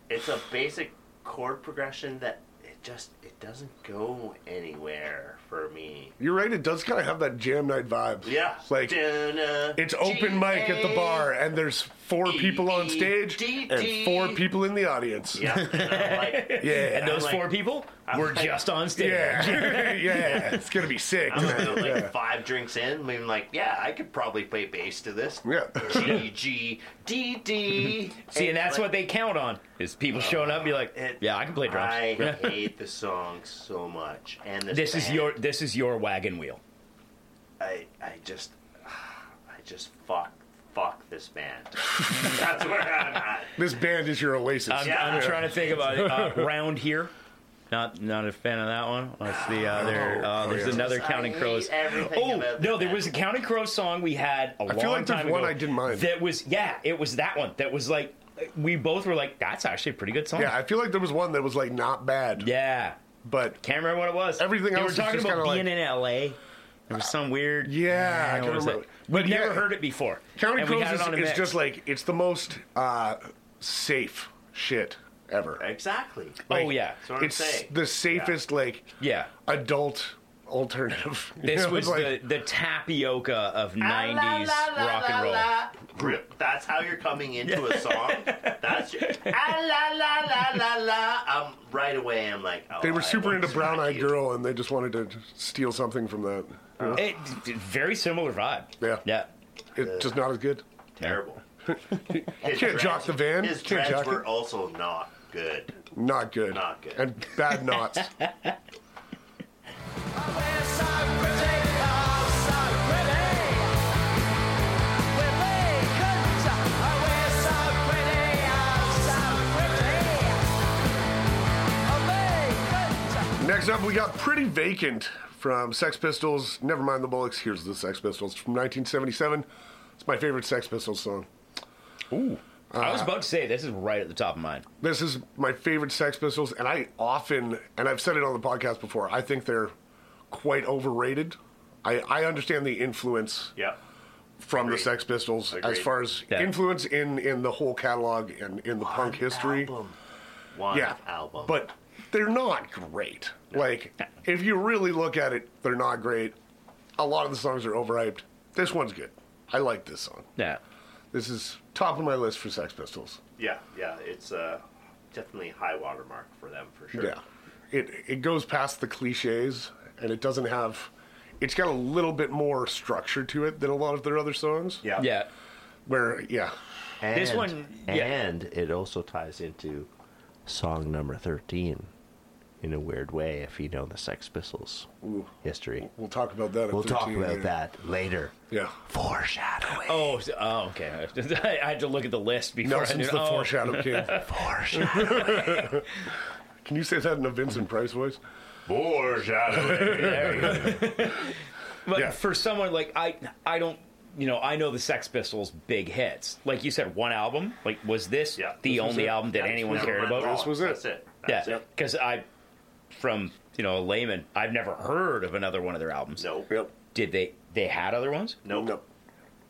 it's a basic chord progression that it just it doesn't go anywhere for me. You're right. It does kind of have that jam night vibe. Yeah, uh, Like it's open mic at the bar, and there's four people E on stage and four people in the audience. Yeah. yeah. And those four people were just on stage. Yeah. yeah. It's gonna be sick. I'm gonna, like Yeah. five drinks in, I'm even like, yeah, I could probably play bass to this. Yeah. G G D D. See, and that's what they count on is people showing up. and Be like, yeah, I can play drums. I hate the song so much, and this, this is band, your this is your wagon wheel. I I just I just fuck fuck this band. that's where I'm at. This band is your oasis. I'm, I'm trying to think about it. Uh, round here. Not not a fan of that one. Let's see. Uh, there, uh, Oh, there's yeah. another I Counting hate Crows. everything Oh about no, there was a Counting Crows song we had a I long feel like there's time one ago. I didn't mind. That was yeah, it was that one. That was like we both were like, that's actually a pretty good song. Yeah, I feel like there was one that was like not bad. Yeah. But can't remember what it was. Everything They else were is talking just about kinda being in LA. There was some weird. Yeah, I what can't was remember. it? But We'd never yeah. heard it before. Counting And we Crows had is, it on a is mix. just like it's the most uh, safe shit ever. Exactly. Oh, yeah. That's what I'm it's saying. the safest like yeah adult alternative. You This know, was it's like- the, the tapioca of 90s rock and roll. Rip. That's how you're coming into a song. That's your, ah, la la la la la. Um, right away, I'm like, oh, they were I super want into to Brown Eyed Girl, and they just wanted to steal something from that. you know? It, very similar vibe. yeah, yeah. It's just not as good. Terrible. Can't His jock dreads- the van. His Can't dreads jock were it. also not good. Not good. Not good. And bad knots. Next up, we got Pretty Vacant from Sex Pistols. Never mind the Bullocks. Here's the Sex Pistols from 1977. It's my favorite Sex Pistols song. Ooh. I was Uh, about to say this is right at the top of mine. This is my favorite Sex Pistols, and I often, and I've said it on the podcast before, I think they're quite overrated. I, I understand the influence Yeah. from the Sex Pistols as Agreed. far as influence in, in the whole catalog and in the punk history. One yeah, album. but they're not great. Like, if you really look at it, they're not great. A lot of the songs are overhyped. This one's good. I like this song. Yeah. This is top of my list for Sex Pistols. yeah, yeah, it's uh, definitely a high watermark for them for sure. Yeah. It it goes past the cliches and it doesn't have it's got a little bit more structure to it than a lot of their other songs. Yeah. Yeah. Where, yeah. And, This one, yeah. and it also ties into song number thirteen in a weird way. If you know the Sex Pistols history, We'll talk about that. at we'll talk 13 about later. that later. Yeah. Foreshadowing. Oh, so- oh, okay. I had to look at the list before. I Nelson's knew- the oh. foreshadow kid. Can you say that in a Vincent Price voice? Foreshadowing. But Yeah. for someone like I, I don't, you know, I know the Sex Pistols' big hits. Like you said, one album. Like was this Yeah, the this was only it. album that Yeah, this anyone was it. cared about? This was it. That's it. That's yeah, it. because I, from you know a layman, I've never heard of another one of their albums. No. Yep. Did they? They had other ones. Nope. Nope.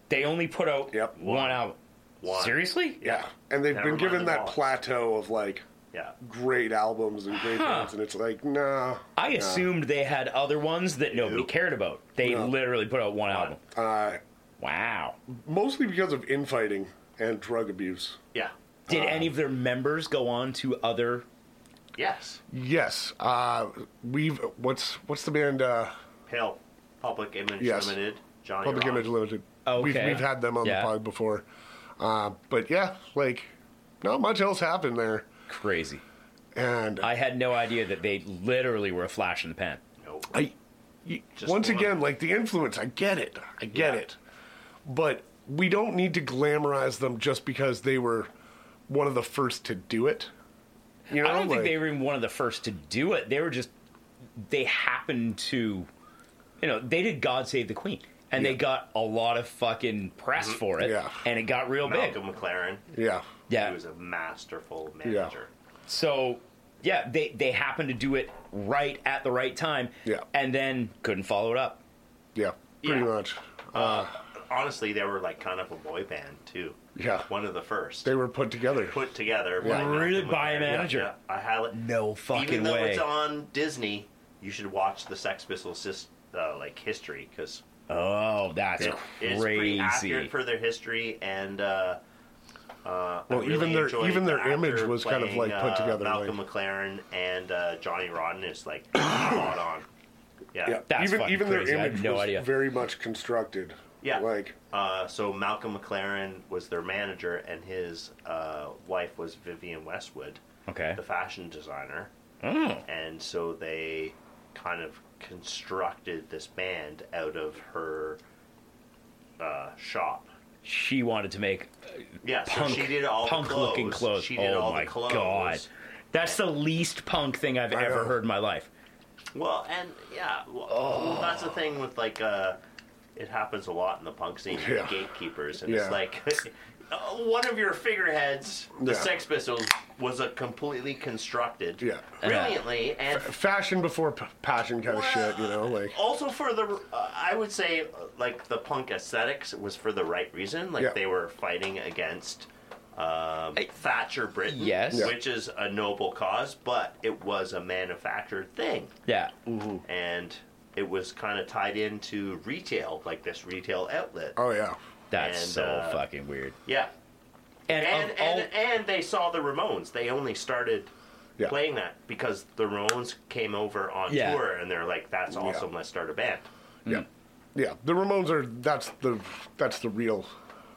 They only put out Yep. one, One. album. One. Seriously? Yeah. And they've Never been mind given the that box. plateau of like Yeah. great albums and great bands, and it's like, nah. I assumed they had other ones that nobody Nope. cared about. They No. literally put out one album. Uh, Wow. mostly because of infighting and drug abuse. Yeah. Did uh. any of their members go on to other? Yes. Yes. Uh, we've what's what's the band? Uh, Pale. Public Image Yes. Limited. Johnny Public Rock. Image Limited. Okay. We've, we've had them on Yeah. the pod before. Uh, but yeah, like not much else happened there. Crazy. And I had no idea that they literally were a flash in the pan. Nope. I y- Just once one. again, like the influence, I get it. I get Yeah. it. But we don't need to glamorize them just because they were one of the first to do it. You know, I don't think like- they were even one of the first to do it. They were just they happened to, you know, they did God Save the Queen, and they got a lot of fucking press for it, Mm-hmm. Yeah. and it got real big. Malcolm McLaren. Yeah. Yeah. He was a masterful manager. So yeah, they they happened to do it right at the right time, Yeah. and then couldn't follow it up. Yeah. Pretty Yeah. much. Honestly, they were like kind of a boy band too. Yeah. One of the first. They were put together. put together by Malcolm Really? By a McLaren. manager? Yeah, yeah. I highly No fucking Even though way. it's on Disney, you should watch the Sex Pistols sis- uh, like history because Oh, that's it's pretty crazy. accurate for their history and. Uh, uh, I Well, even really their- enjoyed even their the actor image was kind of, playing, like, put uh, together, Malcolm like- McLaren and uh, Johnny Rodden is like spot on. Yeah. Yeah. That's even fucking even crazy. I their had image no was idea. very much constructed. Yeah. Like Uh, so Malcolm McLaren was their manager, and his uh, wife was Vivian Westwood, Okay. Mm. the fashion designer. And so they kind of constructed this band out of her uh, shop. She wanted to make Yeah, punk, so she did all punk the clothes. looking clothes. She did oh all my the clothes. god, that's the least punk thing I've I ever know. heard in my life. Well, and yeah, well, Oh. well, that's the thing with like uh, it happens a lot in the punk scene. with Yeah. Gatekeepers, and Yeah. it's like uh, one of your figureheads, the Yeah. Sex Pistols, was a completely constructed, Yeah. brilliantly, and fashion before p- passion kind of shit, you know, like also for the uh, I would say uh, like the punk aesthetics was for the right reason. Like Yeah. they were fighting against. Um, Thatcher Britain, Yes. Yeah. which is a noble cause, but it was a manufactured thing. Yeah, and it was kind of tied into retail, like this retail outlet. oh yeah. that's And, so uh, fucking weird. Yeah, And, and of all, and, and they saw the Ramones. They only started Yeah. playing that because the Ramones came over on Yeah. tour, and they're like, "That's awesome! Let's start a band." Mm. Yeah. Yeah. The Ramones are that's the that's the real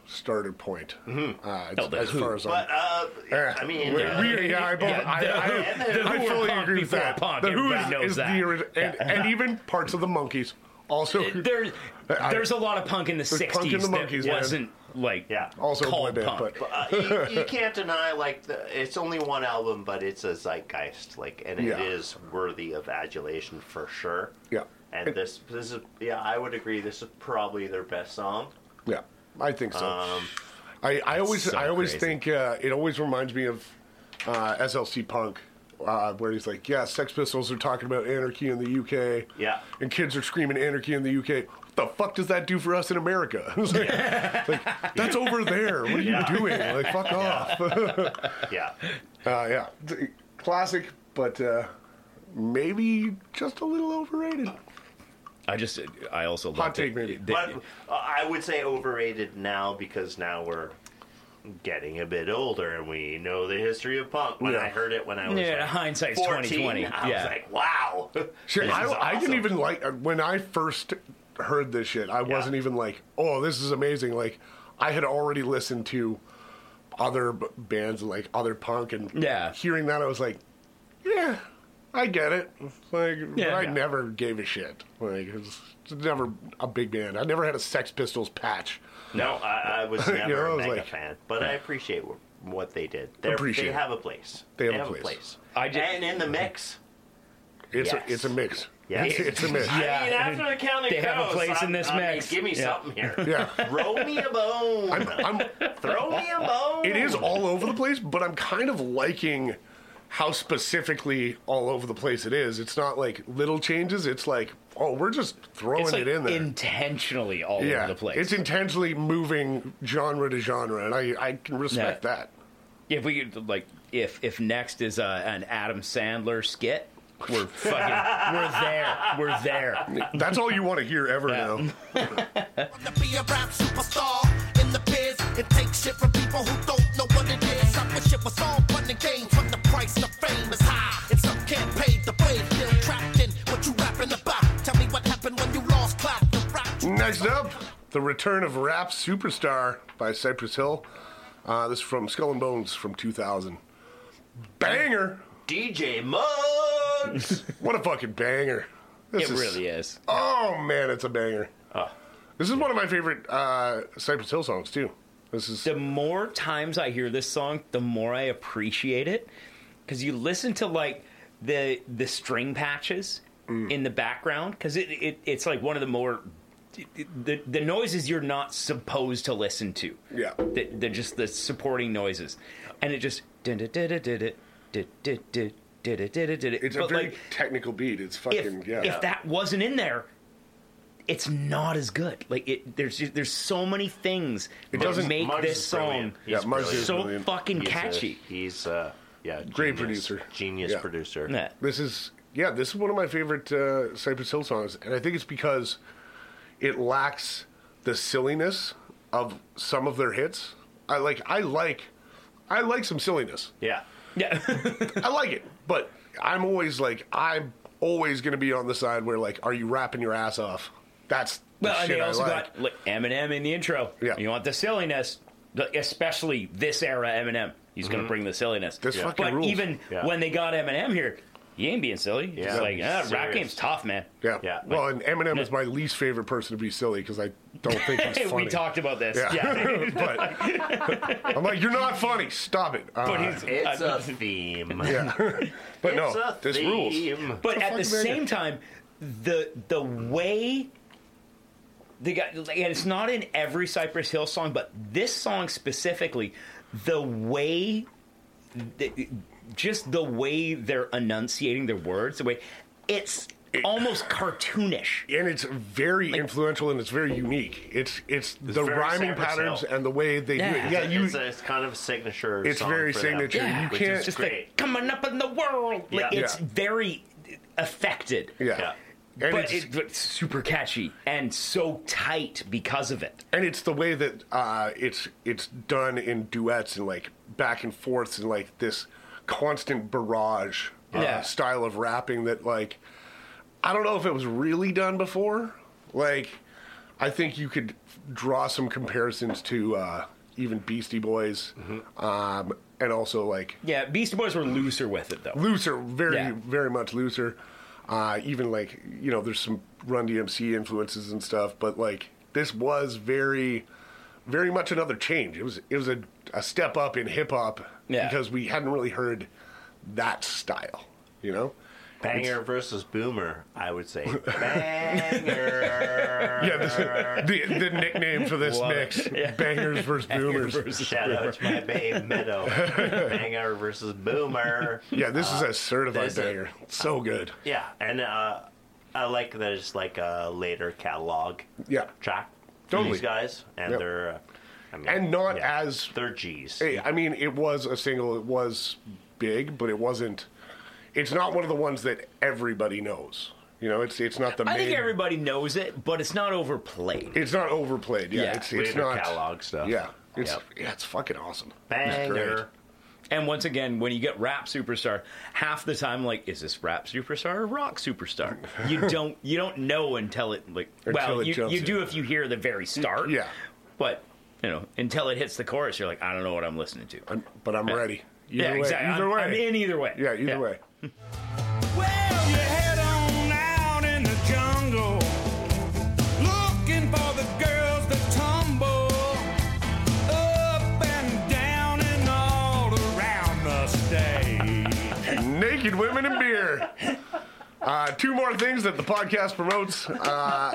starter point. Uh, it's- Mm-hmm. the as Who. far as I'm- But uh, Yeah. I mean, we, uh, we- yeah, I, both, Yeah, I, the- I, the I Who are fully punk agree with before that. punk, the Who everybody knows is that. the ori- and, and even parts of the Monkeys also there, I- there's a lot of punk in the There's '60s punk in the Monkeys, that man. wasn't like Yeah. also called boy band, punk. but uh, you, you can't deny like the, it's only one album, but it's a zeitgeist, like, and Yeah. it is worthy of adulation for sure. yeah, And this, this is, yeah, I would agree. This is probably their best song. yeah, I think so. Um, I, I always so I always crazy. think uh, it always reminds me of uh, SLC Punk. Uh, where he's like, yeah, Sex Pistols are talking about anarchy in the UK. Yeah. And kids are screaming anarchy in the UK. What the fuck does that do for us in America? It's like, like, that's over there. What are you Yeah. doing? Like, fuck off. Yeah. Uh, yeah, D- classic, but uh, maybe just a little overrated. I just, I also Hot loved take, it. maybe. They- But uh, I would say overrated now because now we're getting a bit older and we know the history of punk. When I Yeah. heard it when I was yeah, like hindsight's 14, 2020. I was yeah, like, wow. Shit, This I, is I awesome. didn't even uh, like when I first heard this shit. I wasn't even like, "Oh, this is amazing!" Like, I had already listened to other b- bands like other punk and Yeah. hearing that I was like, yeah, I get it. It's Like Yeah, I yeah. never gave a shit. Like it's never a big band. I never had a Sex Pistols patch. No, I, I was You never know, I a was mega like- fan, but I appreciate wh- what they did. They're, Appreciate they it. have a place. They have a place. I just, and in the mix, It's Yes. a it's a mix. Yeah. It's, it's a mix. I mean, after the count of They have a crows, place I'm- in this I mean, mix. give me Yeah. something here. Yeah. Throw me a bone. I'm, Throw me a bone. it is all over the place, but I'm kind of liking how specifically all over the place it is. It's not like little changes. It's like, oh, we're just throwing It's like it in there. intentionally all yeah, over the place. it's intentionally moving genre to genre, and I, I can respect Yeah. that. if we could, like, if if next is uh an Adam Sandler skit, we're fucking, we're there, we're there. That's all you want to hear ever now. to be a rap superstar in the biz and take shit from people who don't know what it is. I wish it was all fun and games, but the price of fame is high, and some can't pay the way. Feel trapped in what you rapping about. Tell me what happened when you lost clout. The rap Next up, the return of rap superstar by Cypress Hill. Uh, this is from Skull and Bones from 2000. Banger! DJ Muggs. What a fucking banger! It This is- really is. Oh man, it's a banger. Ah. This is one of my favorite uh, Cypress Hill songs too. This is The more times I hear this song, the more I appreciate it because you listen to like the the string patches Mm. in the background because it, it it's like one of the more the the noises you're not supposed to listen to. Yeah. the, the just the supporting noises, and it just did it did it did it did it did it did it did it. it's a But very like technical beat. It's fucking if yeah. if that wasn't in there. It's not as good. Like it, there's just- there's so many things It that doesn't- make Muggs this is song brilliant. yeah, He's Muggs is brilliant. so brilliant. fucking He's a- catchy. he's uh, yeah, Great genius- producer. genius Yeah. producer. Yeah. This is yeah. This is one of my favorite uh, Cypress Hill songs, and I think it's because it lacks the silliness of some of their hits. I like I like I like some silliness. Yeah. Yeah. I like it, but I'm always like I'm always gonna be on the side where like, are you rapping your ass off? That's the well, and shit they also I like. got like, Eminem in the intro. Yeah. You want the silliness, the- especially this era Eminem. He's going to bring the silliness. This Mm-hmm. fucking but rules. even Yeah. when they got Eminem here, he ain't being silly. He's Yeah. just like, ah, rap Serious. game's tough, man. Yeah. Yeah. well, and Eminem is my least favorite person to be silly because I don't think he's Hey, funny. we talked about this. Yeah. Yeah. but I'm like, you're not funny. Stop it. Uh, But he's- It's I- a theme. yeah. but It's no, a this theme. rules. but fucking at the banger. same time, the the way the guy and it's not in every Cypress Hill song, but this song specifically, the way, the, just the way they're enunciating their words, the way it's almost cartoonish. And it's very influential and it's very unique. It's it's, the very rhyming Cypress patterns Hill. and the way they do Yeah. it. Yeah, you. it's, a- it's kind of a signature. It's song very for them, signature. You which can't- is just great. like coming up in the world. Like Yeah. it's Yeah. very affected. yeah. And But it's, it- but it's super catchy and so tight because of it. and it's the way that uh, it's it's done in duets and like back and forths and like this constant barrage uh, Yeah. style of rapping that like I don't know if it was really done before. Like I think you could draw some comparisons to uh, even Beastie Boys, um, and also like Yeah, Beastie Boys were looser with it though. looser, very Yeah. very much looser. Uh, even like you know, there's some Run DMC influences and stuff, but like this was very, very much another change. It was it was a, a step up in hip hop Yeah. because we hadn't really heard that style, you know. Banger versus Boomer, I would say. Banger. Yeah, this, the the nickname for this mix: bangers versus boomers. Shout out to my babe Meadow. banger versus Boomer. yeah, this is a certified this is- banger. so good. Yeah, and uh, I like that it's like a later catalog Yeah, track. for Totally. These guys and Yep. they're, uh, I mean, and not yeah, as they're G's. Hey, I mean, it was a single. It was big, but it wasn't. It's not one of the ones that everybody knows. You know, it's it's not the. I main, think everybody knows it, but it's not overplayed. It's not overplayed. Yeah, Yeah, it's it's later not catalog stuff. Yeah, it's Yep. yeah, it's fucking awesome. It's great. Banger. And once again, when you get rap superstar, half the time like, is this rap superstar or rock superstar? You don't you don't know until it like Until well it you, jumps you in. do if you hear the very start. Yeah. But you know, until it hits the chorus, you're like, I don't know what I'm listening to. but I'm ready. Either yeah, way- exactly. either I'm, way. I'm in either way. Yeah, either way. Well, you head on out in the jungle, looking for the girls that tumble up and down and all around the stage. Naked women and beer. Uh, two more things that the podcast promotes, uh,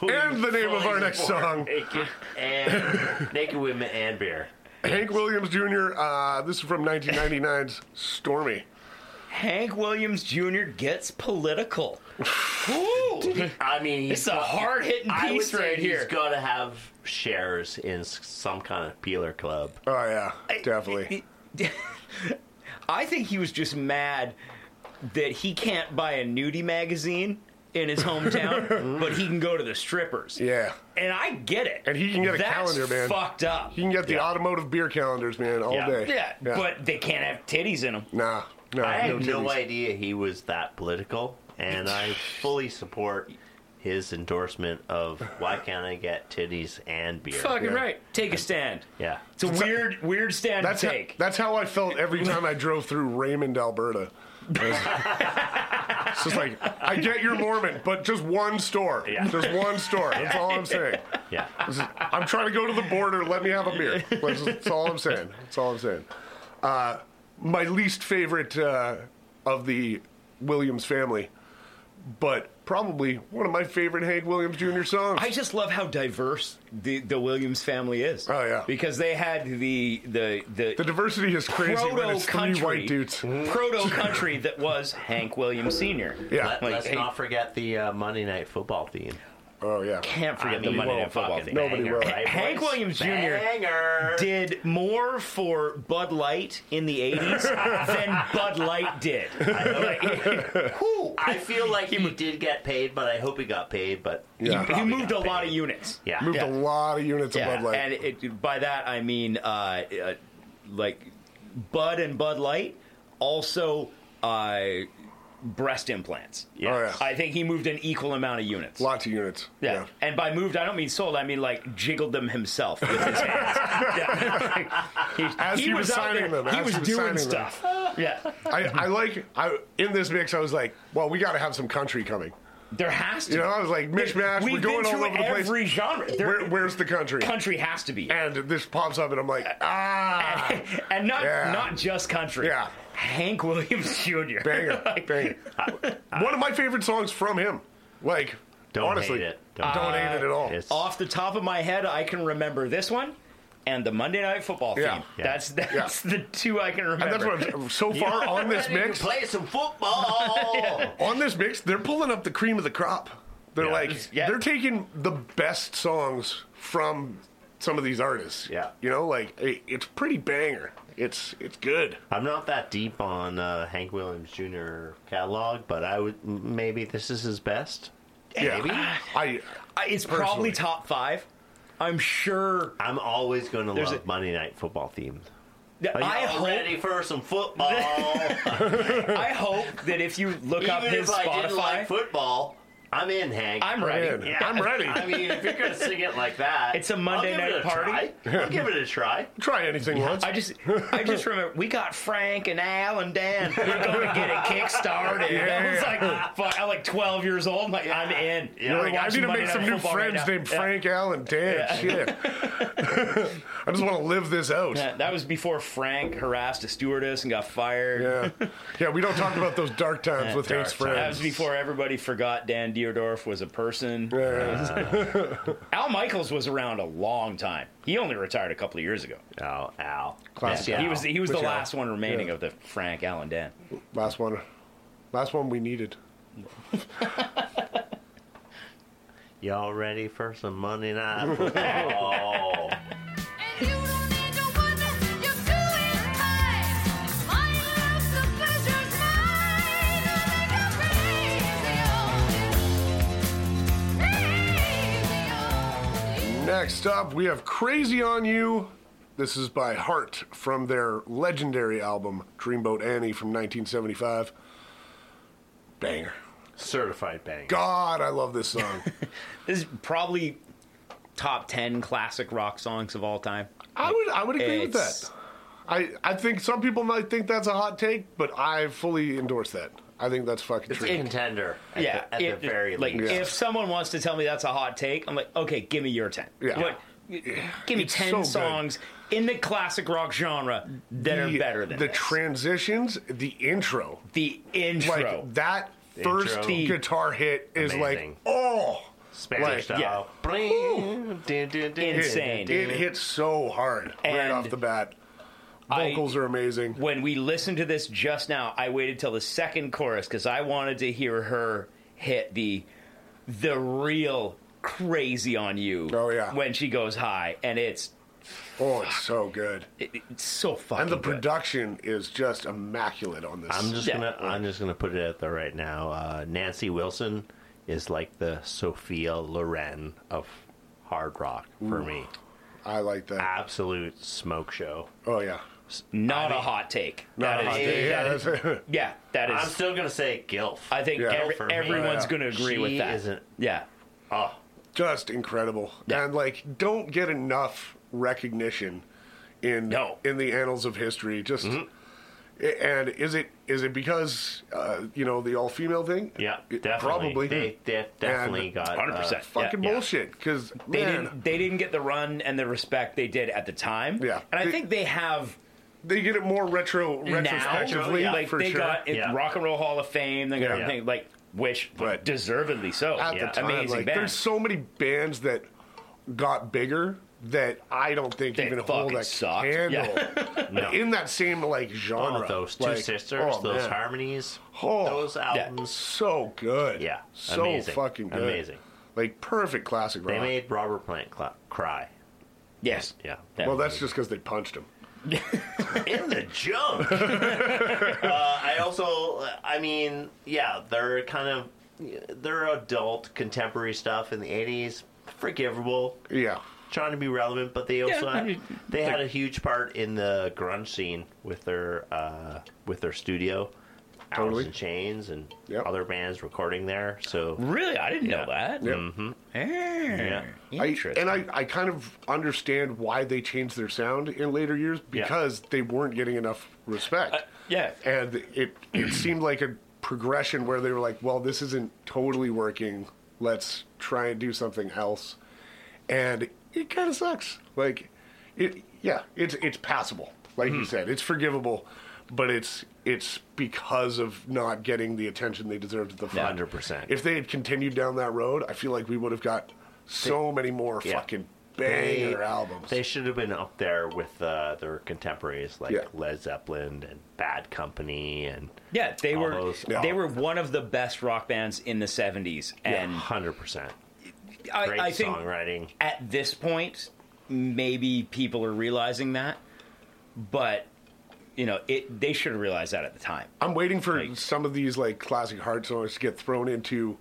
and the name of our next song. Naked, and, naked women and beer. Hank Williams Jr. Uh, this is from 1999's Stormy. Hank Williams Jr. gets political. Woo! I mean, It's a hard-hitting I would piece say right here. He's gotta have shares in s- some kind of peeler club. Oh yeah, definitely. I think he was just mad that he can't buy a nudie magazine in his hometown, but he can go to the strippers. Yeah. And I get it. And he can get a That's calendar, man. Fucked up. He can get the Yeah. automotive beer calendars, man, all yeah. day. Yeah. but they can't have titties in them. nah, nah. I had no, titties. idea he was that political, and I fully support his endorsement of why can't I get titties and beer? Fucking right. Take a stand. Yeah. It's a weird, weird stand That's to how, take. that's how I felt every time I drove through Raymond, Alberta. It's just like I get you're Mormon, but just one store. Yeah. Just one store. That's all I'm saying. Yeah. This is- I'm trying to go to the border. Let me have a beer. That's, that's all I'm saying. That's all I'm saying. Uh, my least favorite uh, of the Williams family, but probably one of my favorite Hank Williams Jr. songs. I just love how diverse the, the Williams family is. Oh yeah, because they had the the the, the diversity is crazy when it's three white dudes. proto country that was Hank Williams Sr. Let, Like, us hey, not forget the uh, Monday Night Football theme. Oh yeah. can't forget the Monday Night Football thing. Hank Williams Jr. did more for Bud Light in the '80s than Bud Light did. I feel like he did get paid, but I hope he got paid. But Yeah. He moved a lot of units. Yeah. Moved a lot of units of Bud Light. And it, by that I mean, uh, uh, like Bud and Bud Light, also uh, breast implants. Yes. Oh, yeah. I think he moved an equal amount of units. Lots of units. Yeah. and by moved, I don't mean sold. I mean like jiggled them himself with his hands. Yeah. As he was out signing there, them, he as was, he was doing signing them. stuff. Yeah, I, I like I in this mix. I was like, well, we got to have some country coming. there has to. You know, I was like, mishmash. We've We're going been all through over the place. Every genre. There, Where, where's the country? country has to be, And this pops up, and I'm like, ah, and not Yeah. not just country. Yeah. Hank Williams Jr. banger, Like, banger. One of my favorite songs from him. Like, Don't honestly, hate it. Don't, Uh, hate it at all. It's- off the top of my head, I can remember this one and the Monday Night Football theme. Yeah. Yeah. That's that's the two I can remember. And that's what I'm so far on this Ready to mix. play some football. On this mix, they're pulling up the cream of the crop. They're Yeah. like, Yeah. they're taking the best songs from some of these artists. Yeah. you know, like it, it's pretty banger. It's it's good. I'm not that deep on uh, Hank Williams Jr. catalog, but I would m- maybe this is his best. Yeah, Maybe. I I- it's Personally. probably top five. I'm sure. I'm always going to There's love a- Monday Night Football themed. Are I y'all hope, ready for some football? I hope that if you look Even up if his I didn't like Spotify, football, I'm in, Hank. I'm ready. in. I'm ready. I mean, if you're going to sing it like that, It's a Monday I'll give night it a party. Try. I'll give it a try. try anything once. I just, I just remember we got Frank and Al and Dan. We're going to get it kickstarted. I was like, fuck, I'm like 12 years old. I'm like, I'm in. You're We're like, I need watching to Monday make Night some new Football right friends now. named Yeah. Frank, Allen, Dan. Shit. I just want to live this out. Yeah, that was before Frank harassed a stewardess and got fired. Yeah. Yeah, we don't talk about those dark times with Hank's friends. That was before everybody forgot Dan Dierdorf was a person. Yeah. Al Michaels was around a long time. He only retired a couple of years ago. Ow, ow. Oh, Classic. Yeah. He was he was Which the Al? last one remaining Yeah. of the Frank Allen Dan. Last one. Last one we needed. Y'all ready for some Monday Night Football? And you don't need to wonder, you're doing fine. My love's the pleasure's mine. Only got crazy on, crazy on. Next up, we have Crazy on You. This is by Heart from their legendary album, Dreamboat Annie from 1975. Banger. Certified bang. God, I love this song. This is probably top ten classic rock songs of all time. I would I would agree with that. It's- I, I think some people might think that's a hot take, but I fully endorse that. I think that's fucking It's true. a contender. At yeah, the, at it- the very like least. if someone wants to tell me that's a hot take, I'm like, okay, give me your ten. Yeah. Like, give me It's so ten good. songs in the classic rock genre that are The- better than the this. transitions, the intro, the intro. like that The first intro. The- guitar hit is Amazing. like oh, Spanish like, style. Bling, dun, dun, dun, It- Insane. It, hits so hard right And off the bat. Vocals are amazing. when we listened to this just now, I waited till the second chorus because I wanted to hear her hit the the real crazy on you. Oh, yeah. when she goes high, and it's Oh, it's so good. it, it's so fucking. And the good. production is just immaculate on this. I'm just Yeah. gonna I'm just gonna put it out there right now. Uh, Nancy Wilson is like the Sophia Loren of hard rock for me. I like that. Ah. Absolute smoke show. oh yeah. not a hot take. Not That a hot is- day. Yeah, that is- that's- yeah, that I'm is. still gonna say Gilf. I think Yeah. every- for me. everyone's Yeah. going to agree with She that. isn't- Yeah, oh, just incredible and like don't get enough recognition in No. Mm-hmm. in the annals of history just I- and is it is it because uh, you know the all female thing yeah, It- definitely. probably they, they definitely And got 100%. uh, fucking yeah. bullshit because they man didn't. They didn't get the run and the respect they did at the time. Yeah. and I They- think they have. they get it more retro retrospectively now, like for they sure got in Yeah. Rock and Roll Hall of Fame, they got Yeah. everything like which Right. deservedly so. at yeah, the time amazing like band. there's so many bands that got bigger that I don't think That even hold fucking a sucked. Yeah. candle in that same like genre. Oh, those two Like, sisters, oh, those man. harmonies, Oh, those albums. so good. Yeah, so amazing, fucking good. amazing. Like perfect classic rock. They made Robert Plant cla- cry. yes. Yeah. well, that's just because they punched him. in the junk. uh, I also, I mean, yeah, they're kind of they're adult contemporary stuff in the '80s, forgivable, Yeah, trying to be relevant, but they also I had, mean, they had a huge part in the grunge scene with their uh, with their studio, Totally. Alice in Chains and Yep. other bands recording there. So Really, I didn't know that. Yep. Eh, I, Interesting. and I, I kind of understand why they changed their sound in later years because they weren't getting enough respect. yeah. and it it seemed like a progression where they were like, well, this isn't totally working. Let's try and do something else, and it kind of sucks. Like, it yeah, it's it's passable, like Hmm. you said, it's forgivable, but it's it's because of not getting the attention they deserved at the front. 100%. If they had continued down that road, I feel like we would have got so many more Yeah. fucking banger They- albums. They should have been up there with uh, their contemporaries like Yeah. Led Zeppelin and Bad Company and Yeah, they all were those- they were one of the best rock bands in the '70s, and and hundred percent great I, I think songwriting. at this point, maybe people are realizing that, but you know, it they should have realized that at the time. I'm waiting for Like- some of these like classic hard songs to get thrown into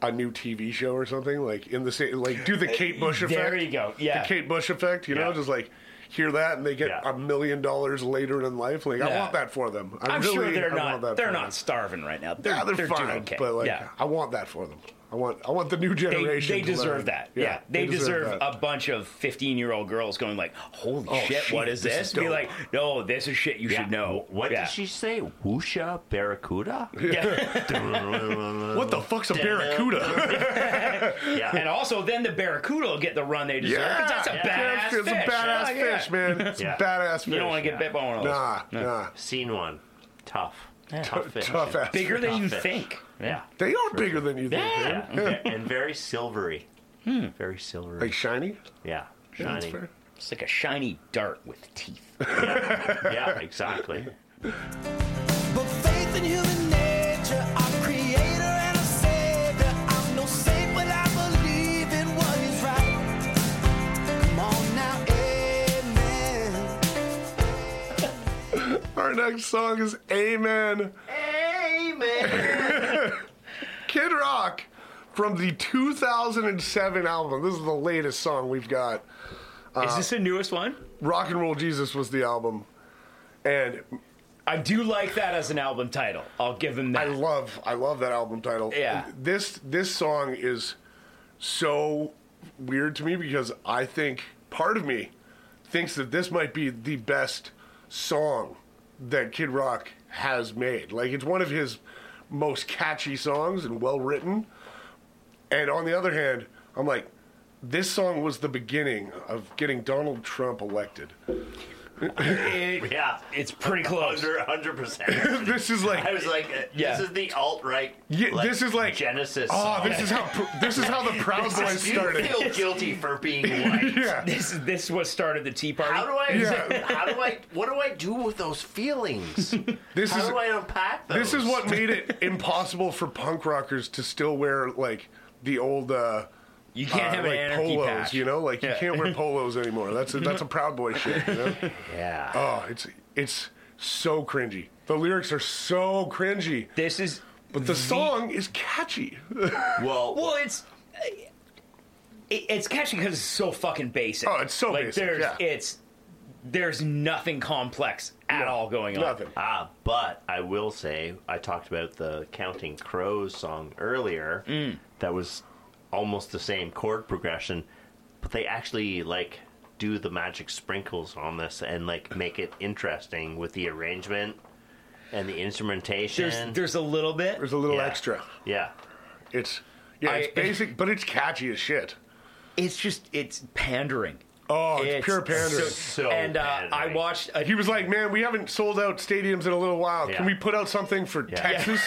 a new TV show or something. Like in the same, like do the Kate Bush effect. Uh, There you go. Yeah. the Kate Bush effect. You know, Yeah. just like hear that and they get Yeah. a million dollars later in life. Like I Yeah. want that for them. I I'm really, sure I they're Want that not they're for not them. starving right now. They're, Yeah, they're, they're fine, doing okay. but like yeah. I want that for them. I want I want the new generation. They, they to deserve learn. that. Yeah, they, deserve, that. a bunch of fifteen-year-old girls going like, "Holy Oh, shit, shit, what is this this?" is Be dope. like, "No, this is shit you should know." What Yeah. did she say? Whoosha Barracuda? Yeah. What the fuck's a barracuda? yeah. and also, then the barracuda will get the run they deserve. 'cause that's a badass It's a fish. badass Yeah, yeah. fish, man. It's Yeah. a badass fish. You don't want to get bit by one of those. Nah, nah. Scene one. Tough. Tough fish. Tough ass. Bigger than Tough you fish. think. Yeah. They are bigger than you think. Yeah. Mm-hmm. man. And- And very silvery. Hmm. Very silvery. Like shiny? yeah. Yeah, that's Shiny. fair. It's like a shiny dart with teeth. yeah, exactly. But faith in human nature, our creator and our savior. I'm no saint, but I believe in what is right. Come on now, amen. Our next song is Amen. Amen. Kid Rock from the 2007 album. This is the latest song we've got. is this the newest one? Rock and Roll Jesus was the album. And I do like that as an album title. I'll give them I that. love I love that album title. Yeah. And This this song is so weird to me because I think part of me thinks that this might be the best song that Kid Rock has made. Like it's one of his most catchy songs and well written. And on the other hand, I'm like, this song was the beginning of getting Donald Trump elected. yeah, it's pretty close. Under hundred percent. This is like- I was like, uh, Yeah. this is the alt right. Yeah, this is like Genesis. Oh, song. this is how this is how the Proud This Boys is- you started. feel guilty for being white. yeah. This is this is what started the Tea Party. How do I? How do I? What do I do with those feelings? This how is- do I unpack those? This is what made it impossible for punk rockers to still wear like the old. Uh, you can't have an like anarchy polos, patch. you know. Like you Yeah. can't wear polos anymore. That's a, that's a proud boy shit. You know? yeah. Oh, it's it's so cringy. The lyrics are so cringy, This is but the song is catchy. Well, Well, it's it, it's catchy because it's so fucking basic. Oh, it's so like basic, there's yeah. it's there's nothing complex at all going on. Nothing. Ah, but I will say I talked about the Counting Crows song earlier. Mm. That was almost the same chord progression, but they actually like do the magic sprinkles on this and like make it interesting with the arrangement and the instrumentation. There's there's a little bit. There's a little Yeah. extra. yeah. It's yeah, it's I- basic, but it's catchy as shit. It's just it's pandering. Oh, it's, pure pandering. so and uh, I pandering. watched. A, he was like, "Man, we haven't sold out stadiums in a little while. Yeah. Can we put out something for Yeah. Texas?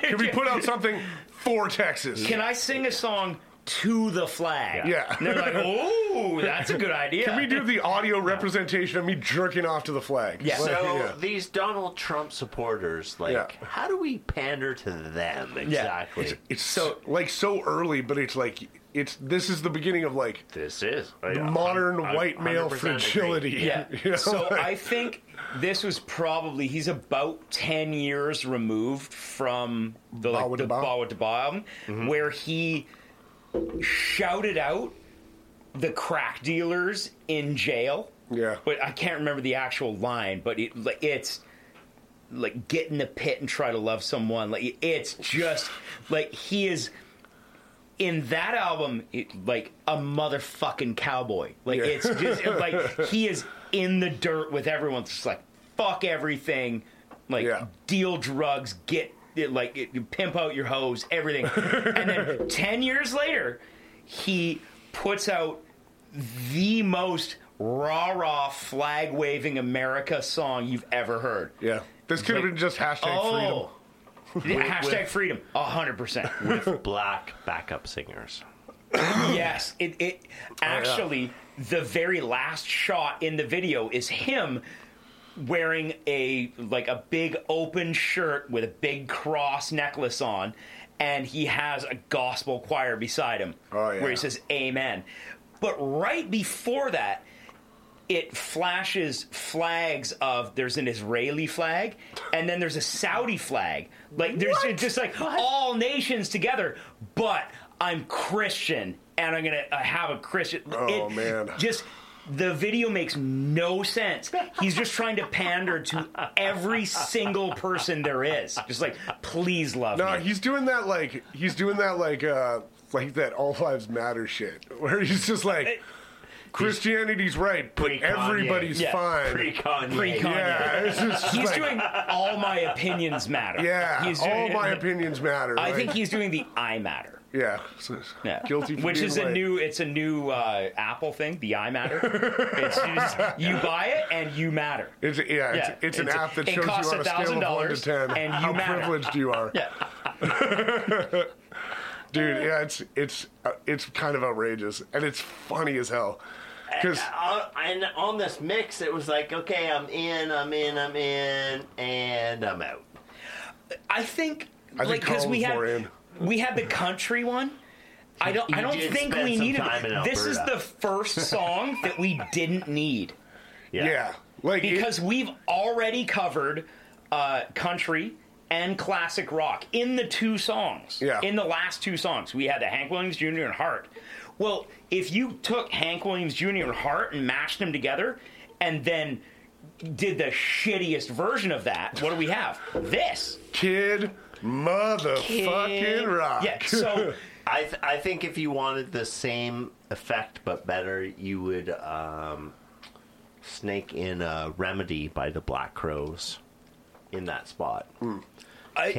Can we put out something for Texas?" Can I sing a song to the flag? Yeah. And they're like, oh, that's a good idea. Can we do the audio representation of me jerking off to the flag? uh, Yeah. Like, So yeah. these Donald Trump supporters, like, Yeah. how do we pander to them exactly? it's so like so early, but it's like it's this is the beginning of like This is modern I'm- I'm white male 100% agree. fragility. Yeah. You know, So like- I think this was probably he's about ten years removed from the Bawa Mm-hmm. like, the Daba. Bawa Daba album, where he shouted out the crack dealers in jail. Yeah. But I can't remember the actual line, but it like it's like get in the pit and try to love someone. Like it's just like he is in that album it, like a motherfucking cowboy. Like Yeah. it's just like he is in the dirt with everyone. It's just like fuck everything. Like Yeah. deal drugs, get it, like it, you pimp out your hoes, everything. and then 10 years later, he puts out the most rah rah flag waving America song you've ever heard. yeah, this could have been just hashtag freedom. Oh, Yeah, hashtag with- freedom, hundred percent. with black backup singers. Yes, it, it Oh, actually the very last shot in the video is him wearing a like a big open shirt with a big cross necklace on, and he has a gospel choir beside him Oh, yeah. where he says "Amen." But right before that, it flashes flags of there's an Israeli flag and then there's a Saudi flag. Like there's just like all nations together, but I'm Christian and I'm gonna uh, have a Christian. Oh, man. Just the video makes no sense. He's just trying to pander to every single person there is. Just like, please love No, me. he's doing that like he's doing that like uh like that all lives matter shit where he's just like Christianity's right, but Pre-Kanye. everybody's Yeah. fine. Pre Kanye. Pre-Kanye. yeah, it's just He's like, doing all my opinions matter. yeah. He's all my opinions matter. I like, think he's doing the I matter. yeah, so it's Yeah. guilty. For Which being is a white. new, it's a new uh, Apple thing, the I matter. it's just, you buy it and you matter. It's yeah, Yeah, It's, it's an it's- app that it shows you costs on a scale of one to $1,000 ten and you how matter. privileged you are, Yeah. dude. Yeah, it's it's uh, it's kind of outrageous and it's funny as hell because Uh, and on this mix, it was like, okay, I'm in, I'm in, I'm in, and I'm out. I think, I think like, because we Colin's had more in. we had the country one. I don't. I You don't did think spend we some needed. time in This is Alberta. the first song that we didn't need yeah. like it- because we've already covered uh, country and classic rock in the two songs. Yeah. In the last two songs, we had the Hank Williams Jr. and Hart. Well, if you took Hank Williams Jr. and Hart and mashed them together, and then did the shittiest version of that, what do we have? This. kid motherfucking rock. Yeah, so I th- I think if you wanted the same effect but better, you would um, snake in a remedy by the Black Crows in that spot. Can I,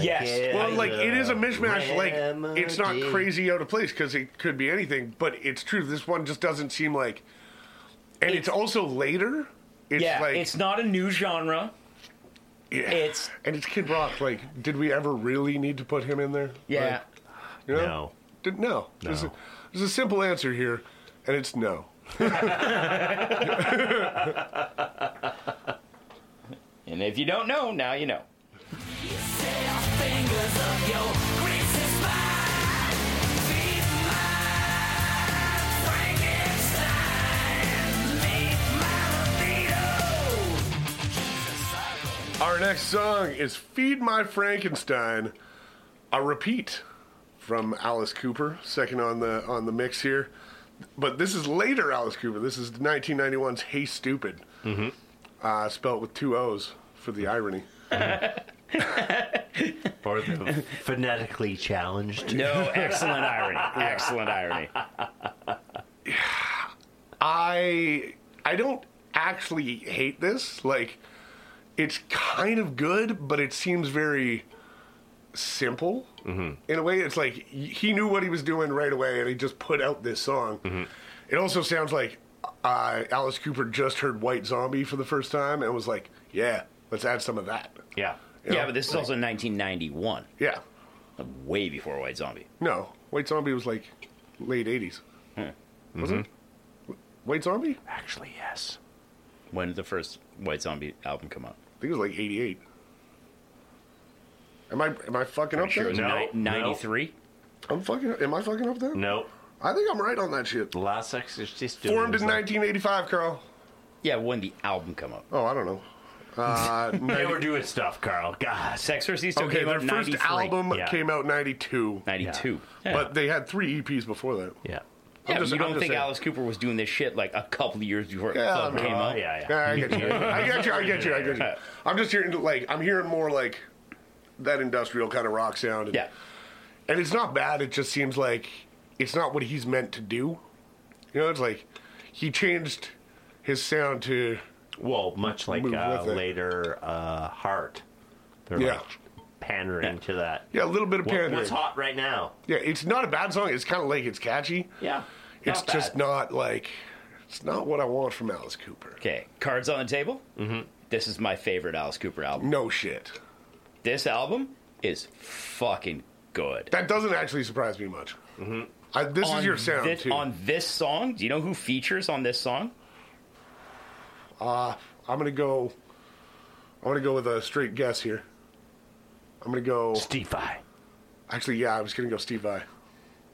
get Hmm. Well, like it is a mishmash. Like it's not remedy? crazy out of place because it could be anything, but it's true. This one just doesn't seem like, and it's, also later. It's yeah, like it's not a new genre. yeah. It's and it's Kid Rock. Like, did we ever really need to put him in there? yeah. Like, you know? No. Did, no. There's, a, No. there's a simple answer here, and it's no. and if you don't know, now you know. Our next song is Feed My Frankenstein, a repeat from Alice Cooper, second on the on the mix here. But this is later Alice Cooper. This is 1991's Hey Stupid, Mhm. uh, spelt with two O's for the irony. or the phonetically challenged? No, excellent irony. Excellent irony. I I don't actually hate this. Like it's kind of good, but it seems very simple. In a way, it's like he knew what he was doing right away, and he just put out this song. It also sounds like uh, Alice Cooper just heard White Zombie for the first time and was like, "Yeah, let's add some of that." Yeah. Yeah, but this is also 1991, Yeah, way before White Zombie. no, White Zombie was like late '80s, was it? White Zombie? I Actually, yes. When did the first White Zombie album come out? think it was like '88. Am I am I fucking up Sure, it there? was ni- no. 93. I'm fucking. Am I fucking up there? Nope. I think I'm right on that shit. The last sex is just Formed in 1985, Carl. Yeah, when the album come out. Oh, I don't know. Uh, They 90 were doing stuff, Carl. God. Sex Versus Tito okay, came their out in first 93. album Yeah. came out 92, 92. Yeah. but they had three EPs before that. Yeah. I'm Yeah, just- you I'm don't just think saying. Alice Cooper was doing this shit like a couple of years before Yeah, Club I'm- came Oh, out? yeah, yeah. Yeah, I get you. I get you. I get you. I get you. I'm just hearing like I'm hearing more like that industrial kind of rock sound. And, Yeah. and it's not bad. It just seems like it's not what he's meant to do. You know, it's like he changed his sound to Well, much like Move uh, with it. later uh, Heart. They're Yeah. like pandering to that. yeah a little bit of What- pandering. what's hot right now? Yeah, it's not a bad song. It's kind of like it's catchy. Yeah. It's not just bad. not like it's not what I want from Alice Cooper. Okay, cards on the table. Mm-hmm. This is my favorite Alice Cooper album. No shit. This album is fucking good. That doesn't actually surprise me much. Mm-hmm. I, this On is your sound this, too. On this song, do you know who features on this song? I'm gonna go. I'm gonna go with a straight guess here. I'm gonna go. Steve I. Actually, yeah, I was gonna go Steve Vai.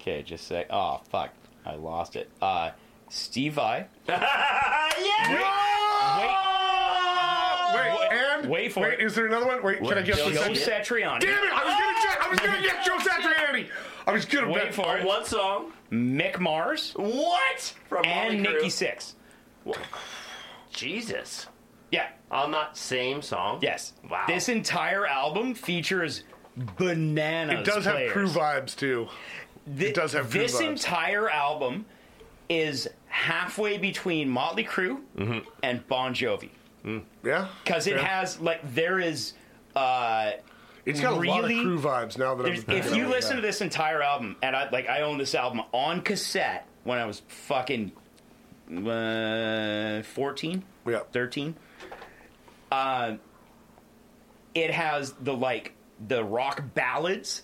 Okay, just say. Oh fuck, I lost it. Uh, Steve I. Wait, and wait for wait, it. is there another one? Wait, can I guess Joe the second? Satriani. Damn it! I was gonna. Ju- I was gonna guess Joe Satriani. I was gonna Wait bet. for it. One song. Mick Mars What? From and Motley Crue? Nikki Six. Jesus. Yeah. On that same song? Yes. Wow. This entire album features bananas. It does have players. crew vibes too. Thi- does have crew this vibes. entire album is halfway between Motley Crue Mm-hmm. and Bon Jovi Yeah, because it Yeah. has like there is. Uh, It's got a lot of really- crew vibes now that I'm. there's, if you listen to this entire album, and I like I own this album on cassette when I was fucking uh, 14, Yeah. 13. Uh, it has the like the rock ballads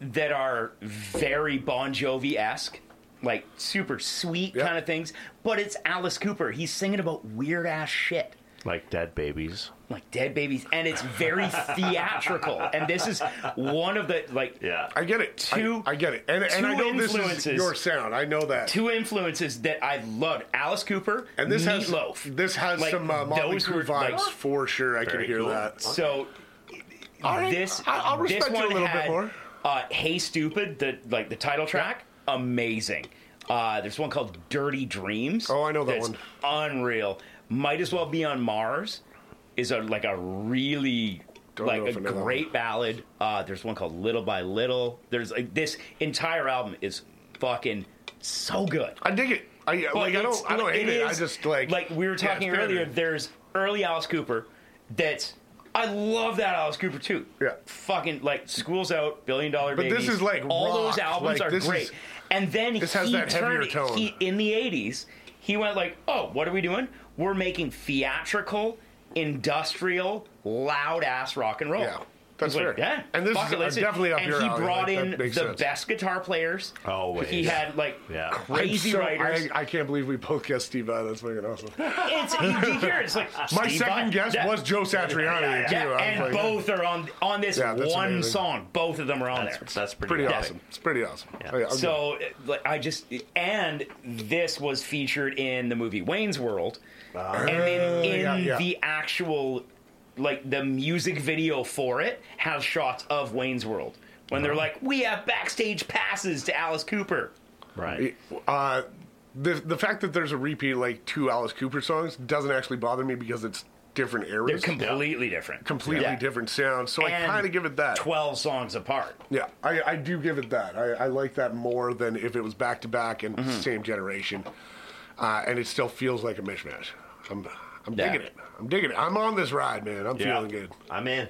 that are very Bon Jovi esque, like super sweet Yeah. kind of things. But it's Alice Cooper. He's singing about weird ass shit Like Dead Babies. like dead babies and it's very theatrical and this is one of the like Yeah. I get it. I- Two- I, get it, and, and I two know this is influences. your sound. I know that. two influences that i loved alice cooper and this has meatloaf this has Like, some uh, Motley those were, Crue vibes like- for sure. I can hear cool. that. so All right, this I- I'll respect this you a one little bit had, more. uh hey stupid the like the title track amazing uh there's one called dirty dreams Oh, I know that that's one. unreal might as well be on mars is a like a really Don't know like if a I know that one. great ballad. Uh, there's one called Little by Little. There's like, this entire album is fucking so good. I dig it. I But like. I it's- don't. I don't hate it. I is- just like. like we were yeah, talking it's earlier. better. There's early Alice Cooper. That's I love that Alice Cooper too. Yeah, fucking like School's Out, Billion Dollar But this Babies, is, like, all those rock. albums Like, are this great. is- and then this has he that heavier turned it- tone. he- in the '80s, he went like, "Oh, what are we doing? We're making theatrical, industrial, loud ass rock and roll." Yeah, that's He's like, fair. yeah, And this fuck is it, let's do it." definitely up and your he alley, brought like, that in the makes sense. best guitar players. Always. he had like Yeah. crazy I'm so- writers. I, I can't believe we both guessed Steve Vai. That's fucking awesome. It's you hear it, it's like My Steve second Vai. guess Yeah. was Joe Satriani Yeah, too. I was and like, both are on on this Yeah, that's one amazing. song. Both of them are on there. That's pretty, pretty Yeah. awesome. It's pretty awesome. Oh, yeah, I'll give So it- like, I just and this was featured in the movie Wayne's World, and then in Ah, yeah, yeah. the actual like the music video for it has shots of Wayne's World when Uh-huh. they're like we have backstage passes to Alice Cooper. Right. it. Uh, the the fact that there's a repeat like two Alice Cooper songs doesn't actually bother me because it's different eras. They're completely different. completely Yeah. different sounds. So I And kind of give it that. Twelve songs apart. Yeah, I, I do give it that. I, I like that more than if it was back to back and same generation, uh, and it still feels like a mishmash. I'm I'm Yeah. digging it. I'm digging it. I'm on this ride, man. I'm feeling good. I'm in.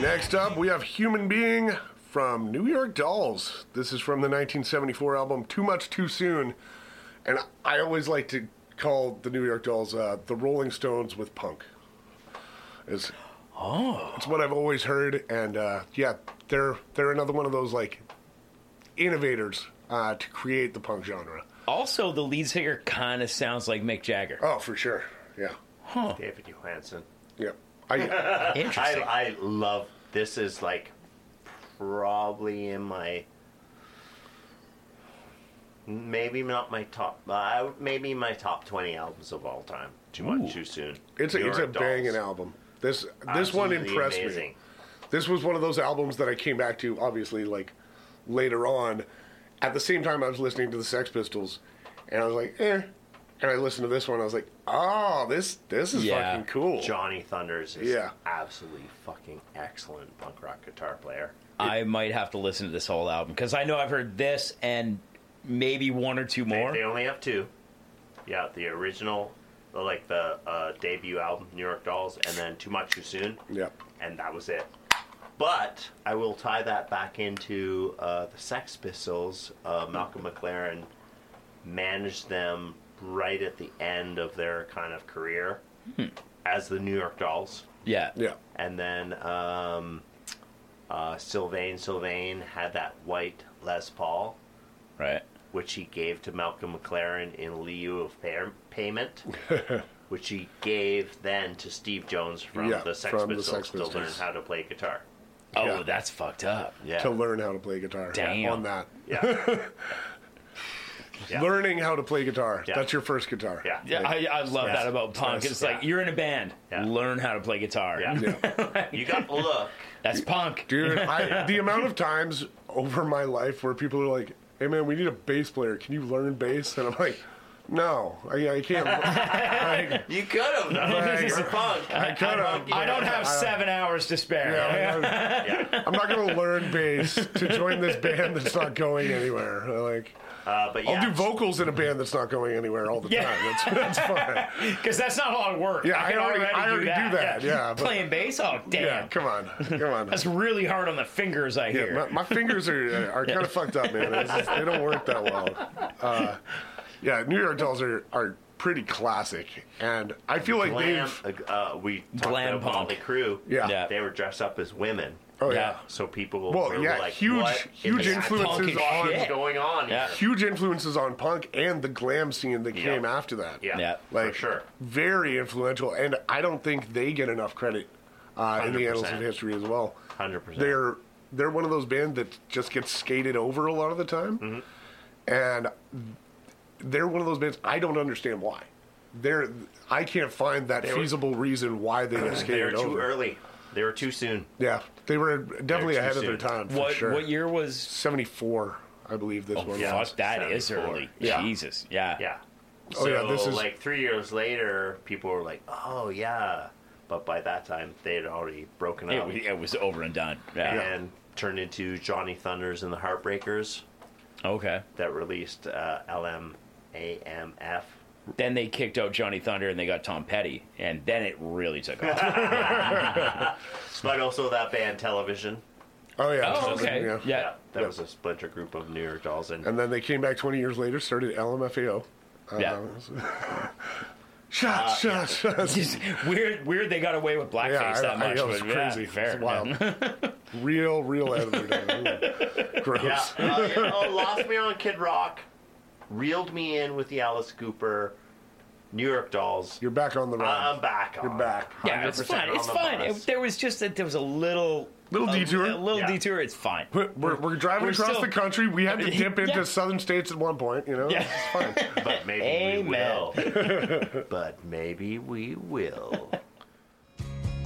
Next up, we have Human Being from New York Dolls. This is from the 1974 album Too Much Too Soon. And I always like to call the New York Dolls uh, the Rolling Stones with punk. It's, oh. it's what I've always heard. And uh, yeah, they're, they're another one of those like innovators uh, to create the punk genre. Also, the lead singer kind of sounds like Mick Jagger. Oh, for sure. Yeah. Huh. David Johansen. Yeah. I, Interesting. I, I love this. Is like probably in my maybe not my top. Uh, I would- maybe my top twenty albums of all time. Too Ooh. much, too soon. it's a, New it's a York Dolls. banging album. This, this one Absolutely impressed me. amazing. this was one of those albums that I came back to, obviously, like later on. At the same time, I was listening to the Sex Pistols, and I was like, eh. And I listened to this one, I was like, oh, this this is Yeah. fucking cool. Johnny Thunders is Yeah. absolutely fucking excellent punk rock guitar player. I might have to listen to this whole album because I know I've heard this and maybe one or two more. They only have two. Yeah, the original, like the uh, debut album, New York Dolls, and then Too Much Too Soon. Yep. And that was it. But I will tie that back into uh, the Sex Pistols. Uh, Malcolm McLaren managed them right at the end of their kind of career Hmm. as the New York Dolls. Yeah. Yeah. And then um, uh, Sylvain Sylvain had that white Les Paul, right? Which he gave to Malcolm McLaren in lieu of pay- payment, which he gave then to Steve Jones from Yeah, the Sex from the Pistols Sex to learn Pistols. how to play guitar. Oh, that's fucked up. Yeah. To learn how to play guitar. Damn. On that. Yeah. Learning how to play guitar. Yeah. That's your first guitar. Yeah. Yeah, I, I love that about punk. It's like you're in a band, learn how to play guitar. you got the look. That's punk, Dude, I, the amount of times over my life where people are like, hey man, we need a bass player. Can you learn bass? And I'm like, no, I, I can't. I, You could have. You're punk. I could have. I don't have seven hours to spare. I'm not going to learn bass to join this band that's not going anywhere. Like, Uh, but I'll yeah, do vocals in a band that's not going anywhere all the Yeah. time. That's, that's fine. Because that's not a lot of work. Yeah, I, I can already- already, I already do that, yeah, but- Playing bass? Oh, damn. Yeah, come on, come on. That's really hard on the fingers, I Yeah, hear. my, my fingers are are kind of fucked up, man. It's just- they don't work that well. Uh, yeah, New York Dolls are are pretty classic, and I feel like glam. they've. Uh, we talked Glam about punk. Motley Crue. Yeah. Yeah. they were dressed up as women. Oh, yeah. Yeah. So people Well, were yeah, like, huge- what huge is influences fucking on- shit going on. Yeah. here? Huge influences on punk and the glam scene that came after that. Yeah, like for sure. very influential, and I don't think they get enough credit uh, in the annals of 100%. history as well. Hundred percent. They're they're one of those bands that just gets skated over a lot of the time, Mm-hmm. and they're one of those bands I don't understand why. They're I can't find that They were- feasible reason why they get They were skated too over. early. They were too soon. Yeah, they were definitely They're too ahead of their soon. time. For What sure. what year was? 74, I believe this Oh one. was. fuck, that is 74. early. Yeah. Jesus, yeah, Yeah. Oh, so yeah, this is- like three years later, people were like, "Oh yeah," but by that time they had already broken It, up wa- it was over and done. Yeah. and turned into Johnny Thunders and the Heartbreakers Okay. that released uh, LMAMF. Then they kicked out Johnny Thunder and they got Tom Petty, and then it really took off. But also that band Television. Oh yeah. Oh, Seven, okay. Yeah. Yeah. that was a splinter group of New York Dolls and And then they came back 20 years later, started LMFAO. Uh, Yeah. Uh, shots, shots, shots. Just weird, weird they got away with blackface Yeah, I, that I, much. it was but yeah, crazy. fair. it's wild. real, real out of their time. Ooh, Gross. Yeah, uh, oh, lost me on Kid Rock, reeled me in with the Alice Cooper, New York Dolls. Uh, You're back uh, on the road. I'm back. You're on. back. Yeah, it's 100% fine. on It's the fine. bus. It- there was just that there was a little Little a- detour? A, little Yeah. detour. It's fine. We're, we're, we're driving We're across still- the country. We had to dip into Yeah. southern states at one point, you know? Yeah. It's fine. But maybe Amen. we will. but maybe we will.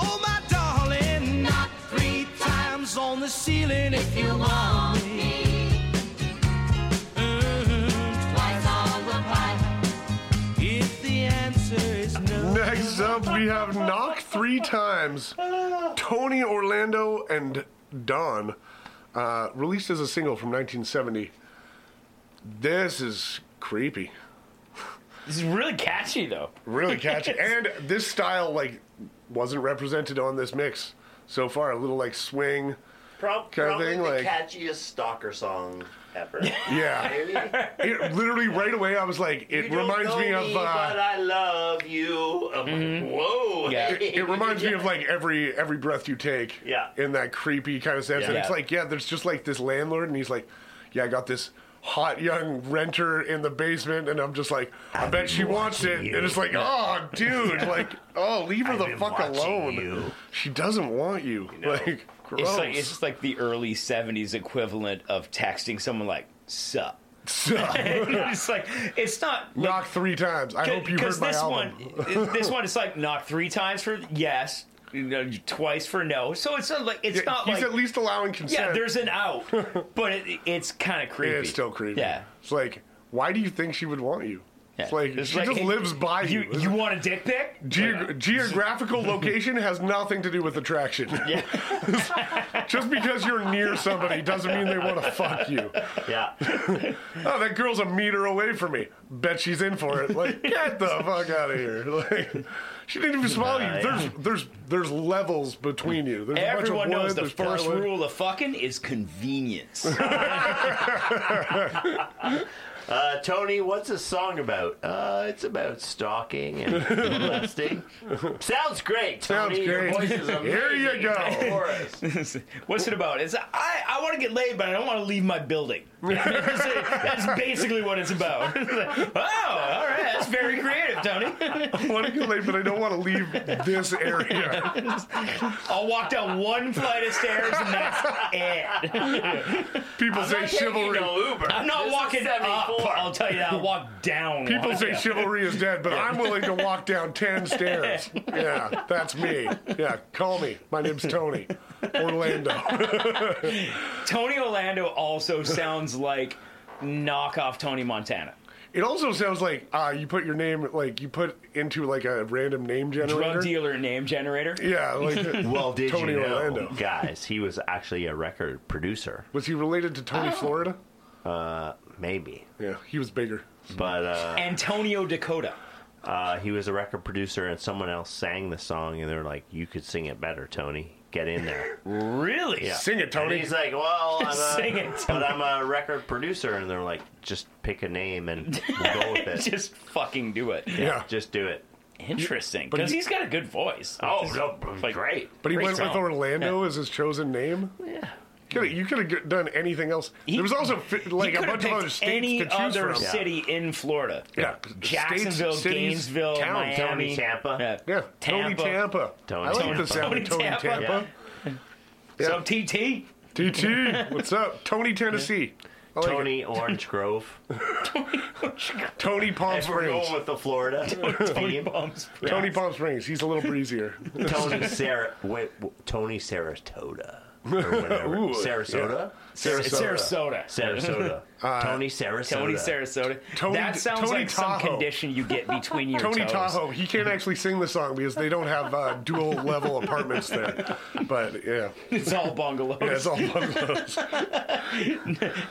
Oh, my darling, knock three times on the ceiling if you want me. Mhm. If the answer is no, Next up, we have Knock Three Times. Tony Orlando and Don, uh, released as a single from 1970. This is creepy. This is really catchy though. Really catchy. and this style, like, wasn't represented on this mix so far. A little, like, swing. Prob- Kind of probably thing, the like- catchiest stalker song ever. Yeah. Maybe. It, literally, right away, I was like, it You don't reminds know me of. but Uh, Mm-hmm. I love you. I'm like, whoa. Yeah. it reminds me of like every every breath you take. Yeah. In that creepy kind of sense. And Yeah. it's like, yeah, there's just like this landlord and he's like, Yeah, I got this hot young renter in the basement and I'm just like, I bet she wants it. And it's like, oh dude, like, oh, leave her I've the been fuck watching alone. you. She doesn't want you. Like gross. It's like it's just like the early '70s equivalent of texting someone like "sup." it's like it's not. like- Knock three times. I hope you heard Because my this album. one, this one, is like knock three times for yes, you know, twice for no. So it's not like it's Yeah, not he's like at least allowing consent. yeah, there's an out, but it, it's kind of creepy. It's still creepy. Yeah. It's like, why do you think she would want you? Yeah. It's like It's she like, just hey, lives by you. You you want a dick pic? Geog- geographical location has nothing to do with attraction. Just because you're near somebody doesn't mean they want to fuck you. Yeah. Oh, that girl's a meter away from me. Bet she's in for it. Like, get the fuck out of here. Like, she didn't even smile Nah, you. There's, there's, there's lels between you. There's Everyone a bunch of wood, knows the there's first plywood. rule of fucking is convenience. Uh, Tony, what's this song about? Uh, it's about stalking and molesting. Sounds great, Sounds Tony. Your great. voice is amazing. Here you go. Go for us. What's it about? It's I, I want to get laid, but I don't want to leave my building. that's, it. That's basically what it's about. oh, all right, that's very creative, Tony. I want to get laid, but I don't want to leave this area. I'll walk down one flight of stairs and that's it. People I'm say not taking chivalry. no Uber. I'm not This is walking up. 74. I'll tell you that. I'll walk down. People one. say Yeah. chivalry is dead, but I'm willing to walk down 10 stairs. Yeah, that's me. Yeah, call me. My name's Tony. Orlando. Tony Orlando also sounds like knockoff Tony Montana. It also sounds like uh, you put your name, like, you put into, like, a random name generator. Drug dealer name generator. Yeah, like, Well, did Tony you know, Orlando. guys? He was actually a record producer. was he related to Oh. Tony Florida? Maybe, Yeah, he was bigger. but uh, Antonio Dakota. uh, he was a record producer, and someone else sang the song, and they're like, "You could sing it better, Tony. Get in there." Really? Yeah. Sing it, And Tony. he's like, "Well, I'm a, Sing it, but I'm a record producer," and they're like, "Just pick a name and we'll go with it. just, Just fucking do it. yeah. do it." Interesting. But Because he- he's got a good voice. Oh, It's no, great. but he great went with song. Orlando as his chosen name? Yeah. Coulda- you could have done anything else. He- there was also, fi- like, he a could have bunch of other picked states any to choose other from. city in Florida. Yeah. Jacksonville, States, cities, Gainesville, towns. Miami, Tony Tampa. Yeah, Tony Tampa. Tony I like Tampa. the sound Tony of Tony Tampa. Tampa. Yeah. So TT. TT, what's up? Tony Tennessee. like Tony Orange Grove. Tony Palm If we're Springs. going with the Florida team. Tony Palm Springs. He's a little breezier. Tony Sarah, wait, w- Tony Sarasota. Or whatever. Ooh, Sarasota? yeah. Sarasota. Sarasota. Sarasota. Uh, Tony Sarasota. Tony Sarasota. Tony- that sounds Tony like some Tahoe. condition you get between your Tony toes. Tahoe. He can't actually sing the song because they don't have uh, dual level apartments there. But yeah, It's all bungalows. yeah, it's all bungalows.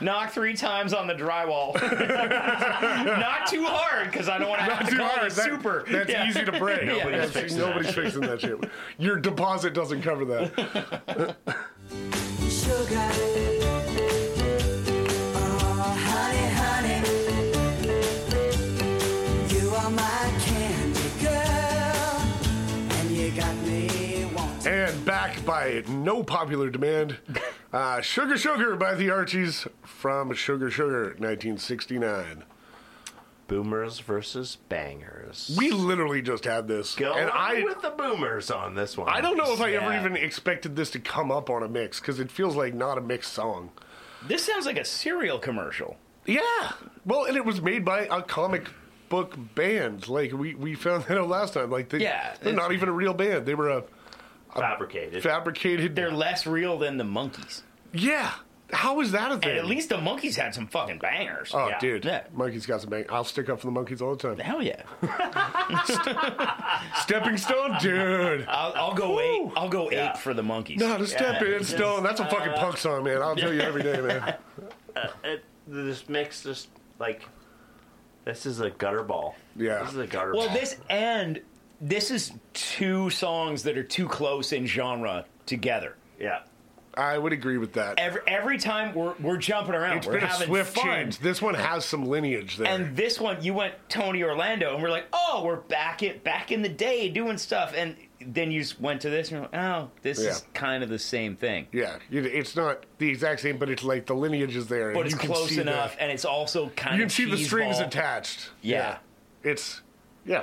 Knock three times on the drywall. Not too hard, because I don't want to have Not to too call hard. you That- super. That's Yeah. easy to break. Yeah. Nobody's, fixing, nobody's that. fixing that shit. Your deposit doesn't cover that. Sugar. Oh, honey, honey. You are my candy girl. And you got me wanting. And back by no popular demand, uh, Sugar Sugar by the Archies from Sugar Sugar 1969. Boomers versus bangers. We literally just had this. Go and I with the boomers on this one. I don't know if I ever Yeah. even expected this to come up on a mix because it feels like not a mixed song. This sounds like a cereal commercial. Yeah. Well, and it was made by a comic book band. Like we, we found that out last time. Like they, Yeah, they're not it's- even a real band. They were a fabricated. fabricated. They're less real than the monkeys. yeah. How is that a thing? And at least the monkeys had some fucking bangers. Oh, Yeah. dude, Yeah. monkey's got some bang. I'll stick up for the monkeys all the time. Hell yeah. Stepping stone, dude. I'll, I'll go eight. I'll go eight Yeah. for the monkeys. Not a stepping stone. That's a uh, fucking punk song, man. I'll tell you every day, man. It- this mix just like this is a gutter ball. Yeah. This is a gutter Well, ball. this and this is two songs that are too close in genre together. yeah. I would agree with that. Every every time we're we're jumping around, It's we're been a having swift fun. change. This one has some lineage there. And this one, you went Tony Orlando, and we're like, oh, we're back it back in the day doing stuff, and then you just went to this, and you're like, oh, this is Yeah. kind of the same thing, yeah, it- it's not the exact same, but it's like the lineage is there. and but it's you can close see the- enough, and it's also kind you can of see the strings cheeseball. attached. Yeah. It's yeah.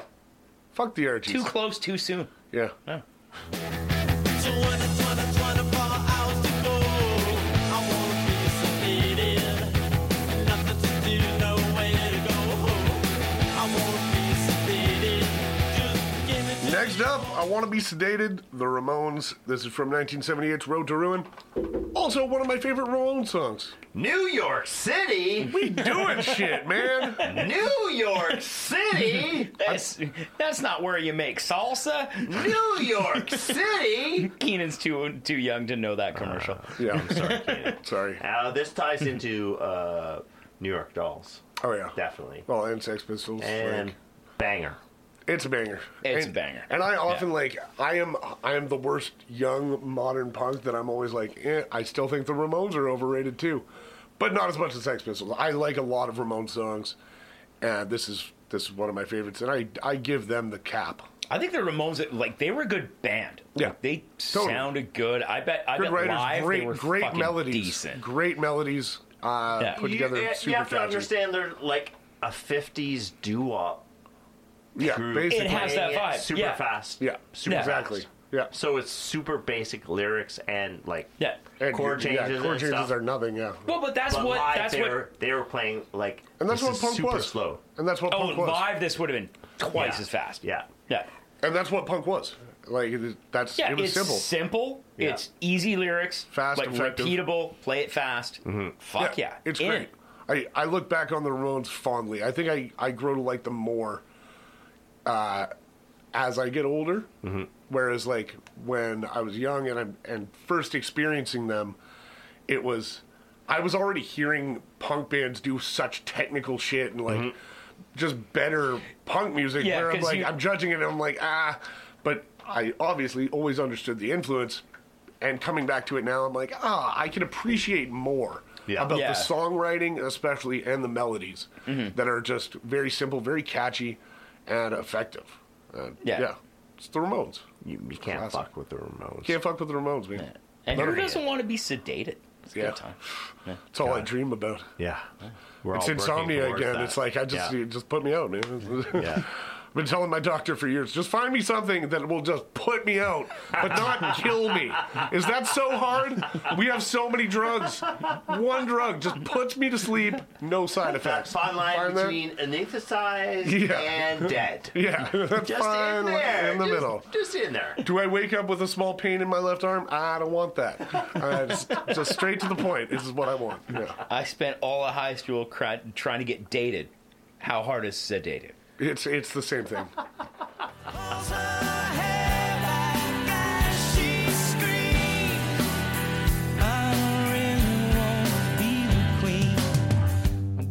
Fuck the Archies. too close, too soon. yeah. No. Next up, I want to be sedated. The Ramones. This is from 1978's Road to Ruin. Also, one of my favorite Ramones songs. New York City. We doing shit, man. New York City. That's, that's not where you make salsa. New York City. Keenan's too too young to know that commercial. Yeah, I'm sorry. sorry. Now Uh, this ties into uh, New York Dolls, Oh yeah. definitely, Well, and Sex Pistols. and like, banger. it's a banger. It's And- a banger. And I often like I am I am the worst young modern punk that I'm always like eh, I still think the Ramones are overrated too, but not as much as Sex Pistols. I like a lot of Ramones songs, and this is this is one of my favorites. And I I give them the cap. I think the Ramones, like they were a good band. Yeah. Like, they Totally. sounded good. I bet. I Good bet writers, live great they were great fucking melodies, decent. great melodies. Uh, Yeah. Put You, eh, together you super have to catchy. understand they're like a '50s doo-wop. Yeah, group. basically. It has that Yeah, vibe. Super Yeah. fast. Yeah, Super Yeah. exactly. fast. Yeah. So it's super basic lyrics and like Yeah. And chord yeah, changes. chord and changes stuff. are nothing. Yeah. Well, but that's But what. live That's they what. were, they were playing like And that's this what is punk super was. slow. And that's what Oh, punk was. live this would have been twice Yeah. as fast. Yeah. Yeah. And that's what punk was. Like it- that's Yeah, it was it's simple. simple. It's easy lyrics. Fast, like effective. Mm-hmm. repeatable. Play it fast. Fuck yeah, It's In. great. I, I look back on the Ramones fondly. I think I, I grow to like them more uh, as I get older. Mm-hmm. Whereas like when I was young and I'm and first experiencing them, it was I was already hearing punk bands do such technical shit and like just better punk music Mm-hmm. Yeah, where I'm 'cause like you- I'm judging it and I'm like ah but I obviously always understood the influence and coming back to it now I'm like ah I can appreciate more Yeah. about Yeah. Mm-hmm. the songwriting especially and the melodies that are just very simple very catchy and effective Uh, Yeah. yeah it's the Ramones You, you can't Classic. fuck with the Ramones. can't fuck with the Ramones man And who Literally. doesn't want to be sedated? It's a Yeah. good time. it's all I dream about Yeah. We're it's all working insomnia towards again that. it's like I just Yeah. it just put me out man Yeah. I've been telling my doctor for years, just find me something that will just put me out, but not kill me. Is that so hard? We have so many drugs. One drug just puts me to sleep, no side effects. Fine line Find that? between anesthetized Yeah. and dead. Yeah, that's Just fine in there. in the just, middle. Just in there. Do I wake up with a small pain in my left arm? I don't want that. I just, just straight to the point. This is what I want. Yeah. I spent all of high school cry, trying to get dated. How hard is sedated? It's it's the same thing.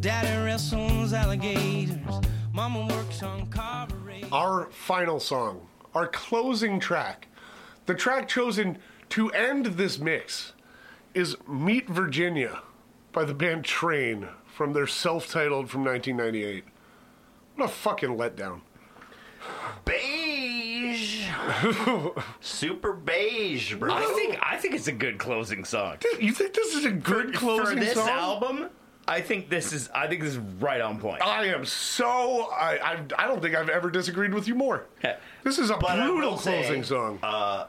Daddy wrestles alligators. Mama works on carburetors. Our final song, our closing track, the track chosen to end this mix is Meet Virginia by the band Train from their self titled from 1998. What a fucking letdown. Beige. Super beige, bro. I think I think it's a good closing song. You think this is a good closing for this song? album? I think this is I think this is right on point. Uh, I am so. I, I, I don't think I've ever disagreed with you more. This is a But I will brutal say, closing song. Uh,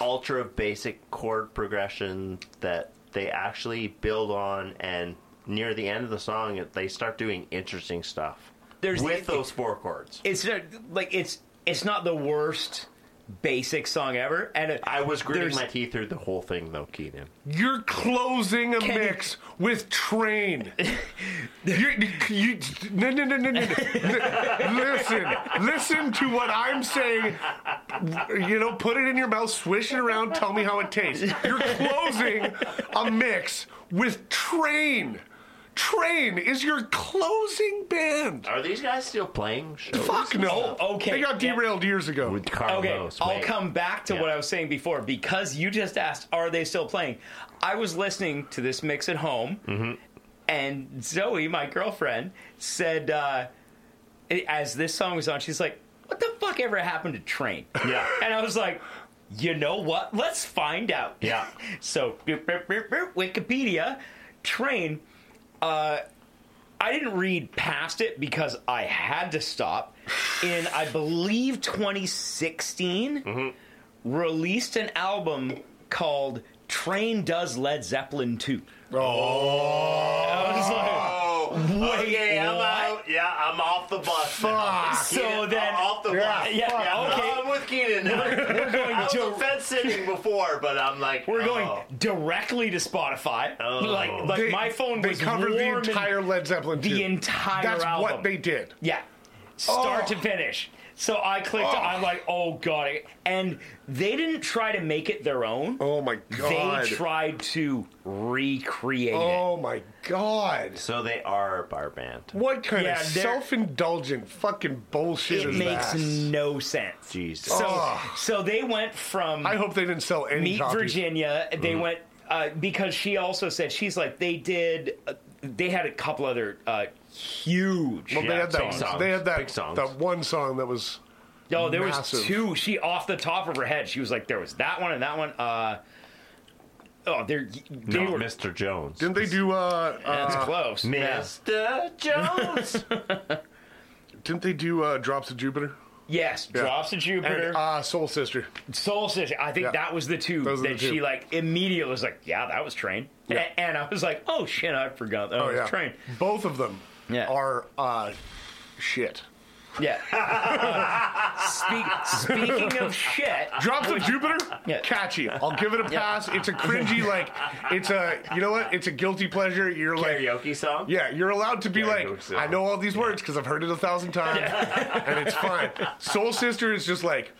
ultra basic chord progression that they actually build on, and near the end of the song, they start doing interesting stuff. There's with the- those four chords. It's not, like it's it's not the worst basic song ever. And it, I was gritting there's- my teeth through the whole thing, though, Keenan. You're closing a mix with train. you you, no, no, no, no, no, no. Li- Listen, listen to what I'm saying. You know, put it in your mouth, swish it around, tell me how it tastes. You're closing a mix with train. Train is your closing band. Are these guys still playing shows? Fuck no. Oh, Okay, They got yeah. derailed years ago. With Okay, Carlos. I'll wait. come back to Yeah. what I was saying before because you just asked, are they still playing? I was listening to this mix at home, Mm-hmm. and Zoe, my girlfriend, said uh, as this song was on, she's like, "What the fuck ever happened to Train?" Yeah. and I was like. You know what? Let's find out. Yeah. so, beep, beep, beep, beep, Wikipedia, train. Uh, I didn't read past it because I had to stop. In I believe 2016, released an album called "Train Does Led Zeppelin 2." Oh, I was like, Oh, Wait, okay, I'm what? out. Yeah, I'm off the bus. now. Fuck. So Keenan, then- I'm off the Yeah, bus. yeah, okay. I'm with Keenan now. We're going I was to- fence sitting before, but I'm like, we're going oh. directly to Spotify. Oh. Like, like They- my phone They was covered the warm and- entire Led Zeppelin. the too. entire That's album. what they did. Yeah. Start Oh. to finish. So I clicked, I'm like, oh god. And they didn't try to make it their own. Oh my god. They tried to recreate Oh my god. So they are a bar band. What kind Yeah, of they're- self-indulgent fucking it. bullshit It is makes that? no sense. Jesus. So, Oh. so they went from I hope they Mm. didn't sell any Meet copies. Virginia. They went uh, because she also said she's like they did. Uh, they had a couple other uh, huge. Well, they had that. big songs, They had that. big songs. That one song that was. No, Oh, there massive. was two. She off the top of her head, she was like, there was that one and that one. Uh, oh, they're they No, were Mr. Jones. Didn't they do? Uh, that's uh, close. Mr. Jones. didn't they do uh, Drops of Jupiter? Yes, Yeah. drops of Jupiter, And, uh, Soul Sister. Soul Sister. I think yeah. that was the two Those are the that two. she like immediately was like, yeah, that was Train. A- Yeah. And, I was like, oh shit, I forgot that Oh was yeah. Train. Both of them. Yeah. Are uh, shit. Yeah. Uh, speak, speaking of shit, Drops of Jupiter, Yeah. catchy. I'll give it a pass. It's a cringy, like it's a you know what? It's a guilty pleasure. You're like Karaoke song? Yeah, you're allowed to be Yeah, I know like, uh, so. I know all these words because I've heard it a thousand times, and it's fine. Soul Sister is just like,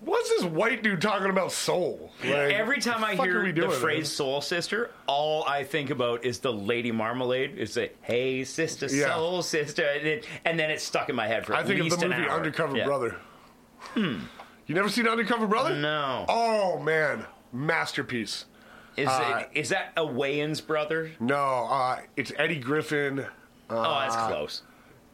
what's this white dude talking about soul? Like, Every time the I fuck are hear we the doing, man? phrase "soul sister," all I think about is the Lady Marmalade. It's a "Hey sister, Yeah. soul sister," and, it, and then it's stuck in my head for I at think least of the an movie hour. Undercover Yeah. Hmm. Brother. You never seen Undercover Brother? No, Oh man, masterpiece. is uh, it, is that a Wayans brother? No, uh, it's Eddie Griffin. oh, that's close.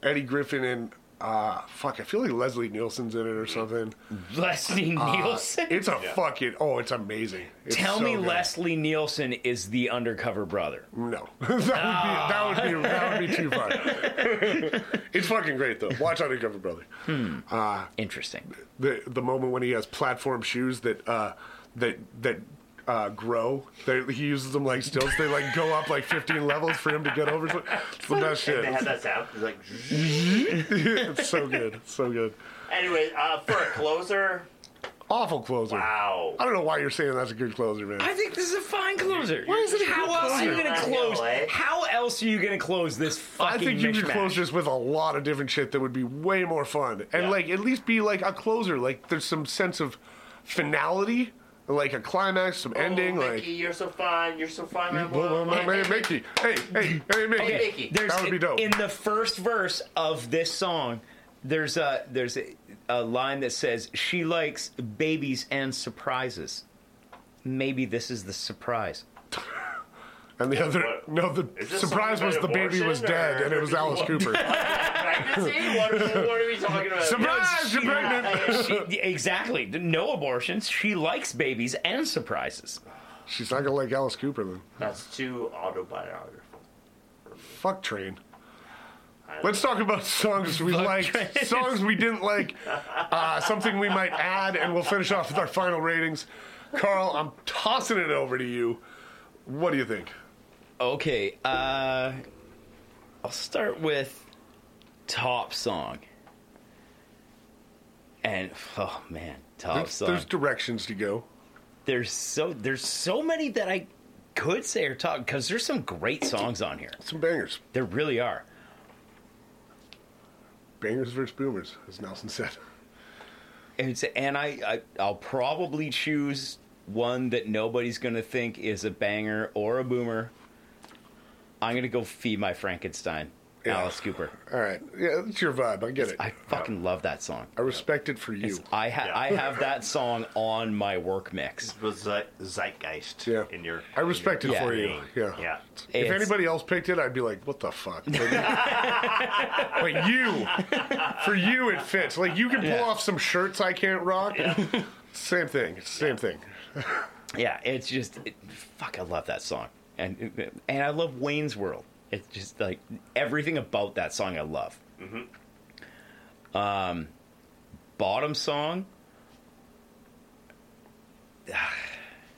Eddie Griffin and Uh, fuck, I feel like Leslie Nielsen's in it or something. Leslie Uh, Nielsen? it's a Yeah. fucking. Oh, it's amazing. It's Tell so me good. Leslie Nielsen is the undercover brother. No. that, would be, that would be that would be too fun. it's fucking great though. Watch Undercover Brother. Hmm. Uh, Interesting. The the moment when he has platform shoes that uh, that that uh, grow. They, he uses them like stilts. They like go up like 15 levels for him to get over. It's the best shit. And they had that sound. It's like. it's so good. It's so good. Anyway, uh, for a closer, Awful closer. Wow. I don't know why you're saying that's a good closer, man. I think this is a fine closer. Why is it a How good else are you closer? going to close? How else are you going to close this I fucking think you could mishmash? close this with a lot of different shit that would be way more fun. And like at least be like a closer. Like there's some sense of finality, like a climax, Oh, some ending, Oh, Mickey, like you're so fine. You're so fine. my Well, love. my man, Mickey. Hey, hey, hey, Mickey. Okay, There's, that would be dope. In the first verse of this song, there's a there's a, a line that says she likes babies and surprises. Maybe this is the surprise. and the other no, the Is this surprise something was about the baby was abortion, dead, or- and it was Alice Cooper. Pregnancy? What, what are we talking about? Surprise! She- You're pregnant. She- exactly. No abortions. She likes babies and surprises. She's not gonna like Alice Cooper then. That's too autobiographical. Fuck train. Let's talk about songs we like, songs we didn't like, uh, something we might add, and we'll finish off with our final ratings. Carl, I'm tossing it over to you. What do you think? Okay. Uh, I'll start with top song. And oh man, top There's, song. there's directions to go. there's so there's so many that I could say or talk because there's some great songs on here. Some bangers. There really are. Bangers versus boomers, as Nelson said. And it's, and I, I I'll probably choose one that nobody's gonna think is a banger or a boomer. I'm gonna go feed my Frankenstein, Alice Cooper. All right, yeah, it's your vibe. I get it. I fucking love that song. I respect it for you. It's- I ha- Yeah. I have that song on my work mix. zeitgeist in your. I respect it Yeah. for you. Yeah. Yeah. If It's- anybody else picked it, I'd be like, "What the fuck?" But, but you, for you, it fits. Like you can pull Yeah. off some shirts I can't rock. same thing. It's the Same thing. Yeah, it's just it, fuck. I love that song, and and I love Wayne's World. It's just like everything about that song I love. Mm-hmm. Um, bottom song,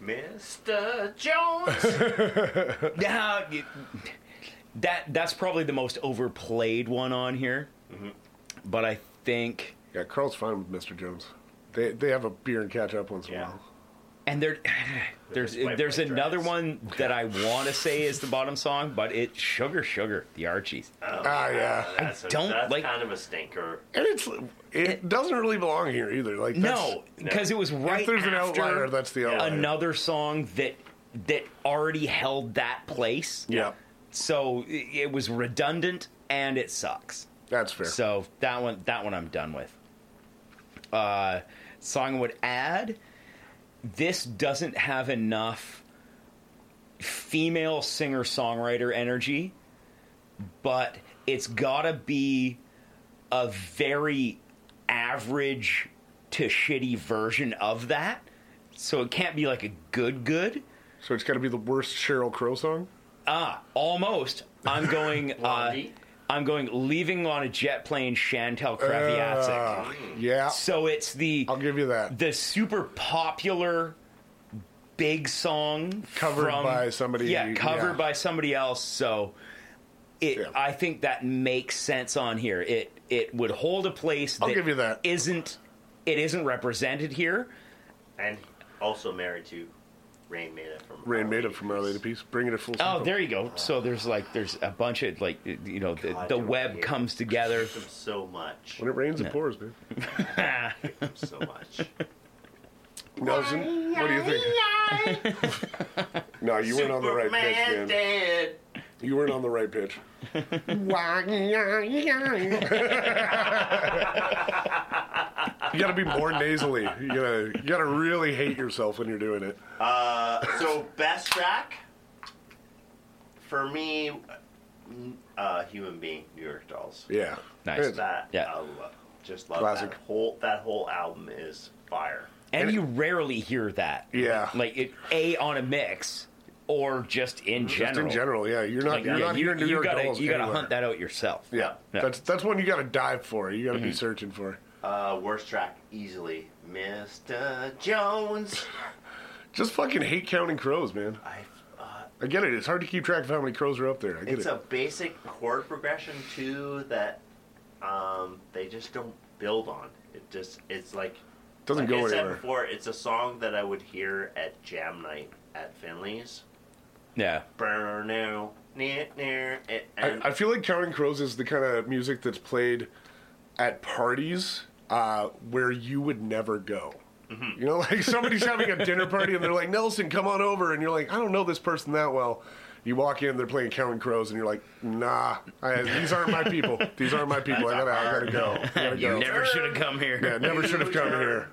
Mr. Jones. yeah, it- that that's probably the most overplayed one on here. Mm-hmm. But I think yeah, Carl's fine with Mr. Jones. They they have a beer and catch up once in a while. And there, there's Just play there's another one that I want to say is the bottom song, but it's Sugar Sugar, the Archies. Ah, yeah. That's I a- don't that's like kind of a stinker. And it's it, doesn't really belong here either. Like No, that's- because it was right If there's an after outlier, that's the outlier. another song that that already held that place. Yeah. So i- it was redundant and it sucks. That's fair. So that one that one I'm done with. Uh song I would add this doesn't have enough female singer-songwriter energy, but it's got to be a very average to shitty version of that. So it can't be like a good good. So it's got to be the worst Cheryl Crow song. Ah, almost. I'm going. uh, I'm going. Leaving on a jet plane, Chantel Kraviatsik. Uh, yeah. So it's the. I'll give you that. The super popular big song Covered from- by somebody- Yeah, covered yeah. by somebody else. So it. I think that makes sense on here. It it would hold a place. I'll that give you that. Isn't it isn't represented here? And also married to Rain Maida from. Rain made it from Our Lady Peace, bringing it full circle. Oh, there you go. So there's like there's a bunch of like you know the, God, the you're web right. comes together. So much. When it rains, Yeah. it pours, man. so much. Nelson, what do you think? no, you weren't on the right Superman pitch, man. dead. You weren't on the right pitch. You gotta be more nasally. You gotta, you gotta really hate yourself when you're doing it. Uh, so best track for me, mm, uh, human being, New York Dolls. Yeah. Nice. That Yeah. I love. Just love Classic. that whole that whole album is fire. And, you rarely hear that. Yeah. Like it, a on a mix or just in Just general. in general, yeah. You're not, Like, you're yeah, not you, hearing New you York gotta, Dolls You got to anywhere. hunt that out yourself. Yeah. That's that's one you got to dive for. You got to be Mm-hmm. Mhm. searching for. Uh, worst track easily, Mr. Jones. Just fucking hate counting crows, man. I, uh, I get it. It's hard to keep track of how many crows are up there. I get It's it. a basic chord progression too that um, they just don't build on. It just it's like Doesn't like go I said anywhere. before. It's a song that I would hear at jam night at Finley's. Yeah. Burn now, near, near, and, I, I feel like Counting Crows is the kind of music that's played at parties uh, where you would never go. You know, like somebody's having a dinner party and they're like, Nelson, come on over. And you're like, I don't know this person that well. You walk in, they're playing Counting Crows, and you're like, nah, I, these aren't my people. These aren't my people. I gotta, I gotta go. I gotta you go. never should have come here. Yeah, never should have come here.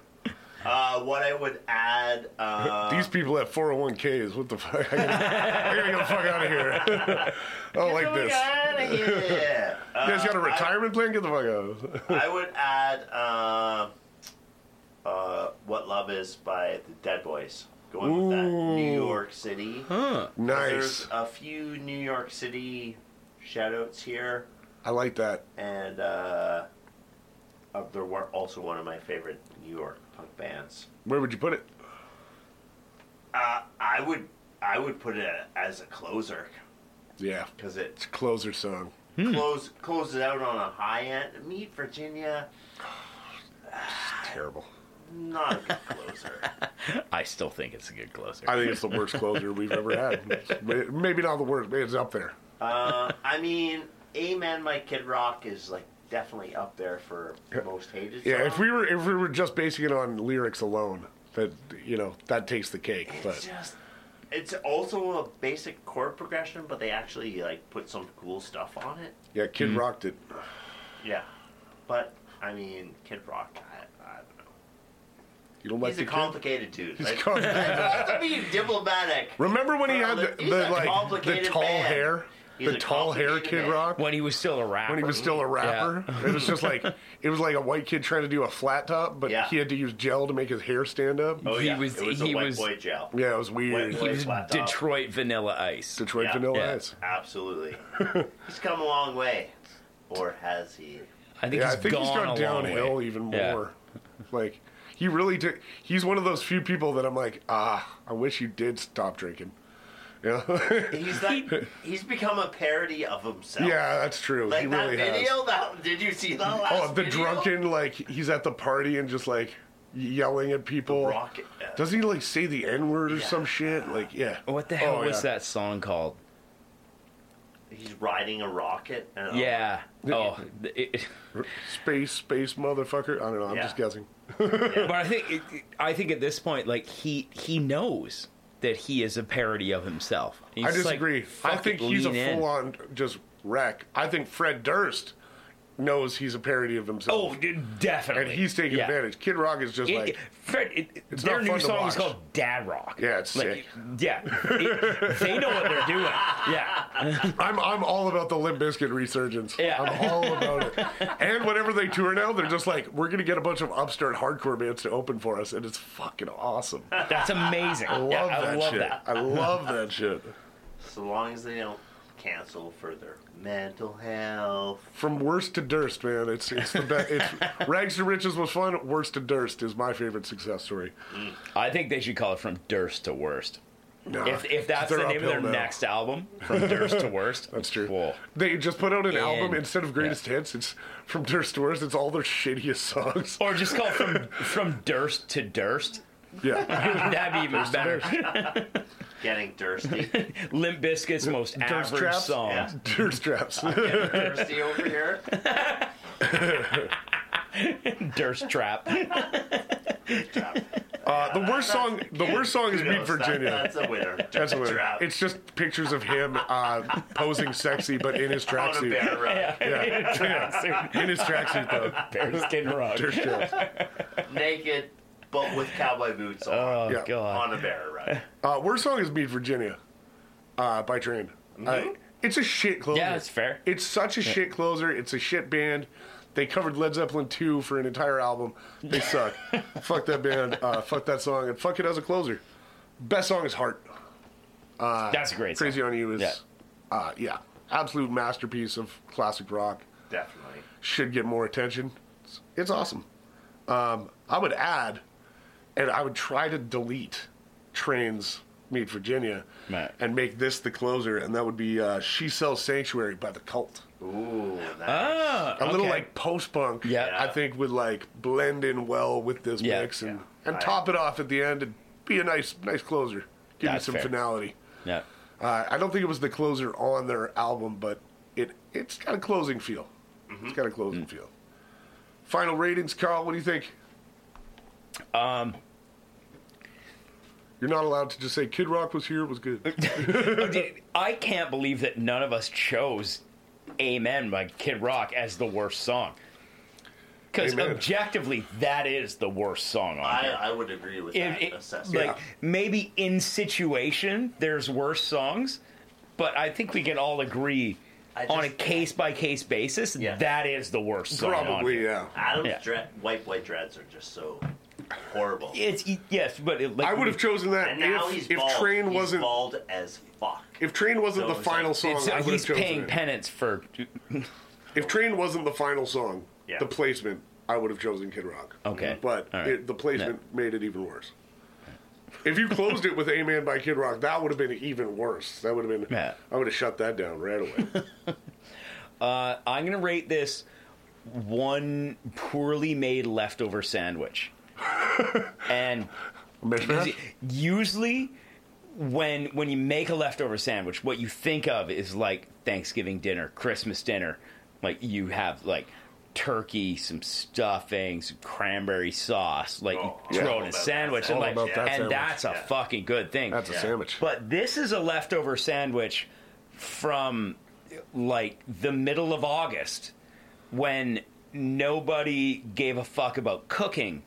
Uh, what I would add, uh, These people at 401ks, what the fuck? I gotta, I gotta get the fuck out of here. I don't like this. Yeah. you guys got a Uh, I- retirement plan? Get the fuck out. I would add uh, uh, "What Love Is" by the Dead Boys. Going with that, New Ooh. York City. Huh. Nice. There's a few New York City shoutouts here, I like that. and uh, uh, they're one- also one of my favorite New York punk bands. Where would you put it? Uh, I would, I would put it as a closer Yeah. because it It's a closer song. close closes out on a high end. Meet Virginia, Terrible. not a good closer. I still think it's a good closer. I think it's the worst closer we've ever had. It's- Maybe not the worst, but it's up there. Uh, I mean, Amen by Kid Rock is like definitely up there for most hated. Yeah, if song. we were if we were just basing it on lyrics alone, that you know, that takes the cake. It's But just. It's also a basic chord progression, but they actually like put some cool stuff on it. yeah, Kid rocked it. Yeah, but I mean, Kid Rock. I, I don't know. You don't like He's a the kid? complicated dude. He's like, complicated. I have to be diplomatic. Remember when he had the, He's a the like the complicated tall man. hair? He's the a tall hair complicated Kid man. Rock? when he was still a rapper. When he was still a rapper. Yeah. It was just like it was like a white kid trying to do a flat top, but Yeah. he had to use gel to make his hair stand up. Oh, He yeah. was- It was he a white was- boy jail. Yeah, it was weird. White He boy was flat top. Detroit Vanilla Ice. Detroit Yeah. Vanilla Yeah. Ice. Absolutely. he's come a long way. Or has he? I think yeah, he's I think gone he's gone a long downhill way. even Yeah. more. Like he really did. He's one of those few people that I'm like, ah, I wish you did stop drinking. You know? He's that, he's become a parody of himself. yeah, that's true. Like he that really has. video, that did you see that last Oh, the video? drunken like he's at the party and just like yelling at people. rocket, yeah. Doesn't he like say the n word or some shit? Like yeah. What the hell Oh, was yeah. that song called? He's riding a rocket. And oh, Yeah. Oh, th- it, Space, space, motherfucker. I don't know. I'm Yeah. just guessing. but I think it, it- I think at this point, like he he knows that he is a parody of himself. He's I just like, disagree. I "Fuck think it, he's a lean in." full on just wreck. I think Fred Durst knows he's a parody of himself. Oh, d- definitely. and he's taking Yeah. advantage. Kid Rock is just It- like, it- Fred, it, It's their not new fun to song watch. is called Dad Rock. yeah, it's Like, sick. yeah, it- they know what they're doing. Yeah, I'm I'm all about the Limp Bizkit resurgence. Yeah. I'm all about it. And whenever they tour now, they're just like, we're gonna get a bunch of upstart hardcore bands to open for us, and it's fucking awesome. I that's amazing. love yeah, that I love shit. that. I love that shit. So long as they don't cancel for their mental health. From worst to Durst, man, it's it's the best. It's Rags to Riches was fun. Worst to Durst is my favorite success story. I think they should call it From Durst to Worst. Nah, If, if that's Uh, they're the name of uphill their now. next album, From Durst to Worst, That's true. Whoa. They just put out an album And- instead of greatest hits. It's from Durst to Worst. It's all their shittiest songs. Or just call it from from Durst to Durst. Yeah, That'd be even better. Getting thirsty. Oh, Limp Bizkit's most Durst average Traps? song. Yeah. Durst traps. thirsty over here. Durst Trap. Uh, the worst song. The worst song is Meet Kudos, that- Virginia. that's a winner. That's what it- Trap. It's just pictures of him uh, posing sexy, but in his on a tracksuit. bear run. Yeah, yeah. in his tracksuit though. Bearskin Rug. Durst traps. Naked, but with cowboy boots on. Oh, Yeah. God. on a bear run. Uh, worst song is Meet Virginia uh, by Train. I, It's a shit closer. Mm-hmm. Yeah, that's fair. It's such a Yeah. shit closer. It's a shit band. They covered Led Zeppelin 2 for an entire album. They suck. fuck that band. Uh, fuck that song. And fuck it as a closer. Best song is Heart. Uh, That's a great Crazy on You is, Yeah. Uh, yeah, absolute masterpiece of classic rock. Definitely. Should get more attention. It's, it's awesome. Um, I would add, and I would try to delete Trains Meet Virginia Matt. and make this the closer, and that would be uh, She Sells Sanctuary by The Cult. Ooh, Ah, a little okay. like post punk, Yeah. I think would like blend in well with this Yeah. mix and, Yeah. and top it off at the end and be a nice nice closer. Give you That's some fair. finality. Yeah. Uh, I don't think it was the closer on their album, but it it's got a closing feel. It's got a closing Mm. feel. Final ratings, Carl. What do you think? Um, You're not allowed to just say Kid Rock was here. It was good. Dude, I can't believe that none of us chose Amen by Kid Rock as the worst song. Because Amen. objectively, that is the worst song on I, here. I would agree with It- that it- assessment. like maybe in situation there's worse songs, but I think we can all agree on a case by case basis that is the worst song. on here. Adam's Yeah. dread, white boy dreads are just so horrible. It's yes, but it, like, I would have chosen that And now if- he's if bald. Train He's wasn't- bald as fuck. If Train wasn't So the it's like- final song, It's- uh, I would have he's chosen paying it. penance for. if Train wasn't the final song, Yeah. the placement, I would have chosen Kid Rock. Mm-hmm. Okay. but All right. it, the placement made it even worse. If you closed it with "A Man" by Kid Rock, that would have been even worse. That would have been. Yeah. I would have shut that down right away. Uh, I'm gonna rate this one poorly made leftover sandwich. and mash? usually, when when you make a leftover sandwich, what you think of is like Thanksgiving dinner, Christmas dinner. Like you have like turkey, some stuffing, some cranberry sauce. Like you Oh, yeah. throw All in a about sandwich, that. and All like, about that and sandwich. that's a Yeah. fucking good thing. That's a Yeah. sandwich. But this is a leftover sandwich from like the middle of August when nobody gave a fuck about cooking.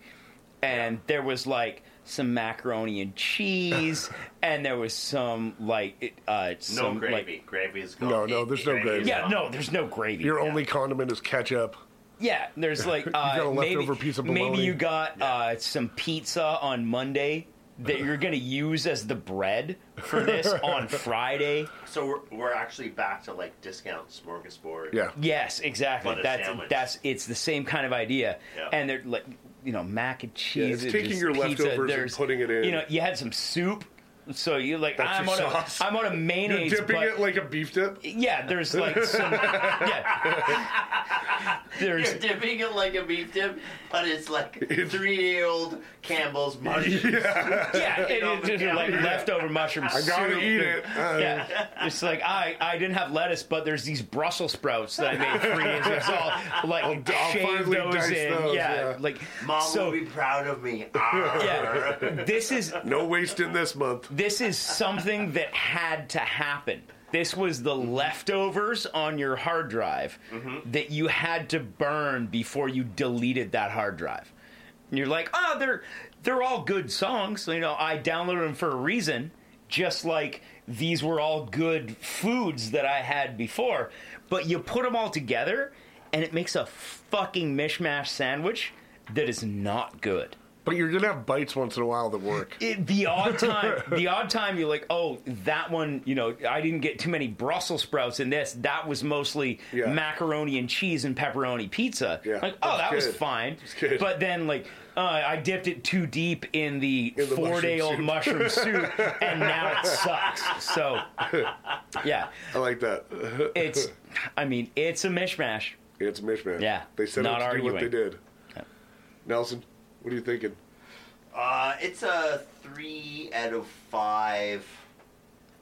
And there was like some macaroni and cheese, and there was some like it- uh, no some gravy. like gravy is gone. no, no, there's no gravy. yeah, no, there's no gravy. Your only condiment is ketchup. Yeah, there's like You uh, got a leftover maybe, piece of maybe bologna. you got uh, some pizza on Monday that you're gonna use as the bread for this on Friday. So we're, we're actually back to like discount smorgasbord. Yes, exactly. But a That's sandwich. that's it's the same kind of idea. Yeah. And they're like you know mac and Yeah, cheese. it's taking there's your pizza, leftovers and there's- putting it in. You know, you had some soup, so you like That's I'm your on a sauce. I'm on a mayonnaise. You're dipping but- it like a beef dip. yeah, there's like some there's You're dipping it like a beef dip, but it's like three-year-old Campbell's mushrooms. Yeah, yeah, it is just like leftover mushroom I gotta soup. eat it. Uh, yeah, it's like I I didn't have lettuce, but there's these Brussels sprouts that I made three years ago. So I'll like I'll- I'll shave finally those dice in. those, yeah, yeah. like Mom so. will be proud of me. Ah. yeah, this is no waste in this month. This is something that had to happen. This was the leftovers on your hard drive that you had to burn before you deleted that hard drive. And you're like, oh, they're they're all good songs. You know, I downloaded them for a reason. Just like these were all good foods that I had before, but you put them all together, and it makes a fucking mishmash sandwich that is not good But you're gonna have bites once in a while that work. it, the odd time, the odd time, you're like, oh, that one, you know, I didn't get too many Brussels sprouts in this. That was mostly Yeah. macaroni and cheese and pepperoni pizza. Like, oh, that that's was good. fine. good. But then, like, uh, I dipped it too deep in the, In the mushroom four-day-old soup. mushroom soup, and now it sucks. So, yeah, I like that. it's, I mean, it's a mishmash. It's a mishmash. Yeah, They set not out to do what they arguing. did. Nelson, what are you thinking? Uh, it's a three out of five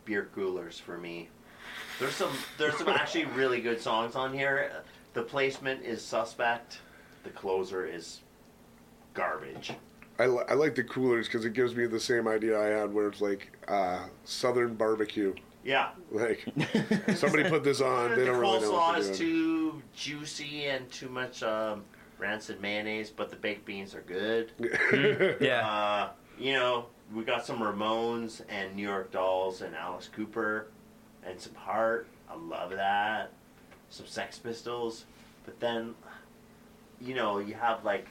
beer coolers for me. There's some there's some actually really good songs on here. The placement is suspect. The closer is garbage. I, li- I like the coolers because it gives me the same idea I had where it's like uh, southern barbecue. Yeah. Like somebody put this on, Uh, they the don't really know coleslaw what is they're doing. too juicy and too much um, rancid mayonnaise, but the baked beans are good. yeah. Uh, you know, we got some Ramones and New York Dolls and Alice Cooper and some Heart. I love that. Some Sex Pistols, but then, you know, you have like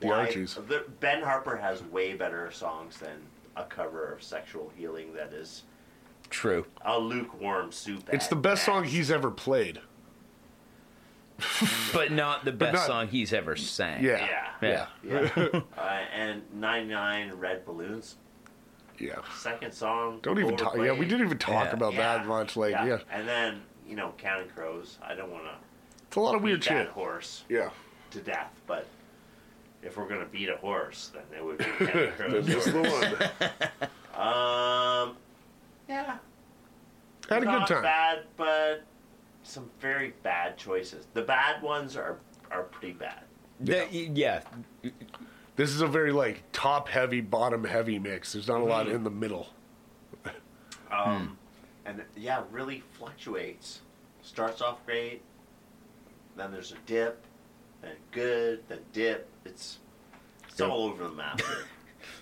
The why- Archies. the- ben Harper has way better songs than a cover of "Sexual Healing" that is True. a lukewarm soup. It's ad. the best song he's ever played. but not the But best not- song he's ever sang. Yeah. yeah. Yeah. uh, and 99 Red Balloons. Yeah. Second song. Don't even talk. Yeah, we overplayed. didn't even talk Yeah. about that Yeah. much. Like, yeah. And then, you know, Counting Crows. I don't want to it's a lot of beat weird that shit. horse Yeah. to death, but if we're going to beat a horse, then it would be Counting Crows. That's the horse. one. Um, yeah. Had a Not good time. bad, but some very bad choices. The bad ones are, are pretty bad. The- yeah. This is a very like top heavy, bottom heavy mix. There's not a lot in the middle. Um, And yeah, really fluctuates. Starts off great, then there's a dip, then good, then dip. It's it's Yep. all over the map.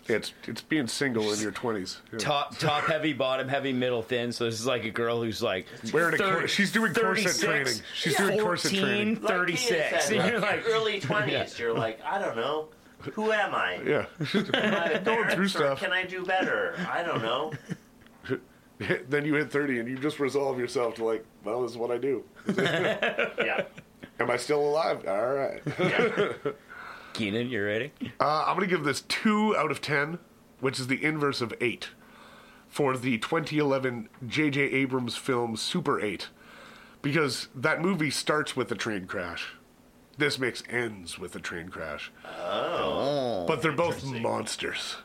It's it's being single in your twenties. Yeah. Top top heavy, bottom heavy, middle thin. So this is like a girl who's like Wearing a cor- 30 she's doing corset 36, training. She's doing corset 14, training. Like Ian 36. said, And you're like, like, early twenties. You're like, I don't know, who am I? Yeah, Am I going through stuff. Can I do better? I don't know. then you hit thirty, and you just resolve yourself to like, well, this is what I do. Yeah. Am I still alive? All right. yeah. Keenan, you ready? Uh, I'm going to give this 2 out of 10, which is the inverse of 8, for the 2011 J.J. Abrams film Super 8, because that movie starts with a train crash. This mix ends with a train crash. Oh. But they're both monsters.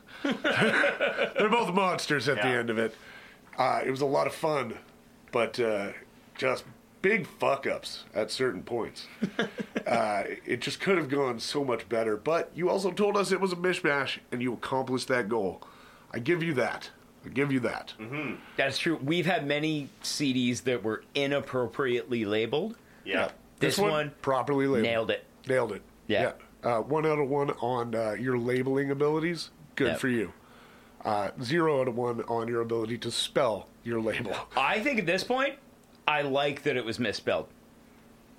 they're both monsters at the Yeah. end of it. Uh, it was a lot of fun, but uh, just big fuck ups at certain points uh, it just could have gone so much better. But you also told us it was a mishmash, and you accomplished that goal. I give you that. I give you that. That's true. We've had many CDs that were inappropriately labeled. Yeah. This, one, properly labeled. nailed it. Nailed it. Yeah. Uh, one out of one on uh, your labeling abilities. Good Yep. for you. Uh, zero out of one on your ability to spell your label. I think at this point, I like that it was misspelled.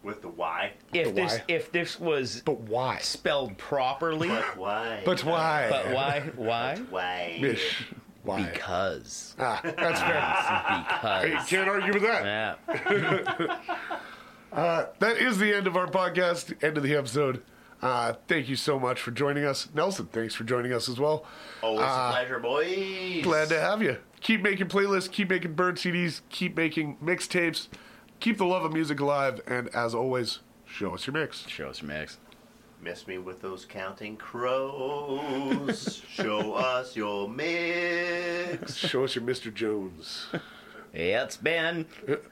With the why. If The this why. if this was But why? spelled properly, But why? But why? but why why? Why? Mish. Why? Because Ah, that's fair. because Hey, can't argue with that. yeah. That is the end of our podcast, end of the episode. Uh, thank you so much for joining us. Nelson, thanks for joining us as well. Always a pleasure, boys. Ah. Glad to have you. Keep making playlists, keep making burn CDs, keep making mixtapes, keep the love of music alive, and as always, show us your mix. Show us your mix. Miss me with those counting crows. Show us your mix. Show us your Mr. Jones. It's been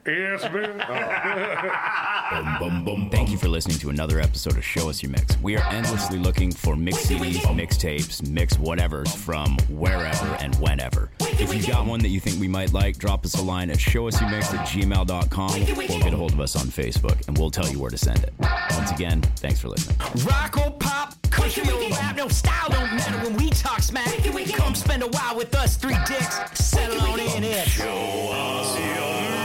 yes, man. Oh, Thank you for listening to another episode of Show Us Your Mix. We are endlessly looking for mix CDs, mixtapes, mix whatever from wherever and whenever. If you've got one that you think we might like, drop us a line at showusyourmix at gmail.com or get a hold of us on Facebook and we'll tell you where to send it. Once again, thanks for listening. Rock or pop, country or rap, no style don't matter when we talk smack. Come spend a while with us, three dicks, settle on in it. Show us your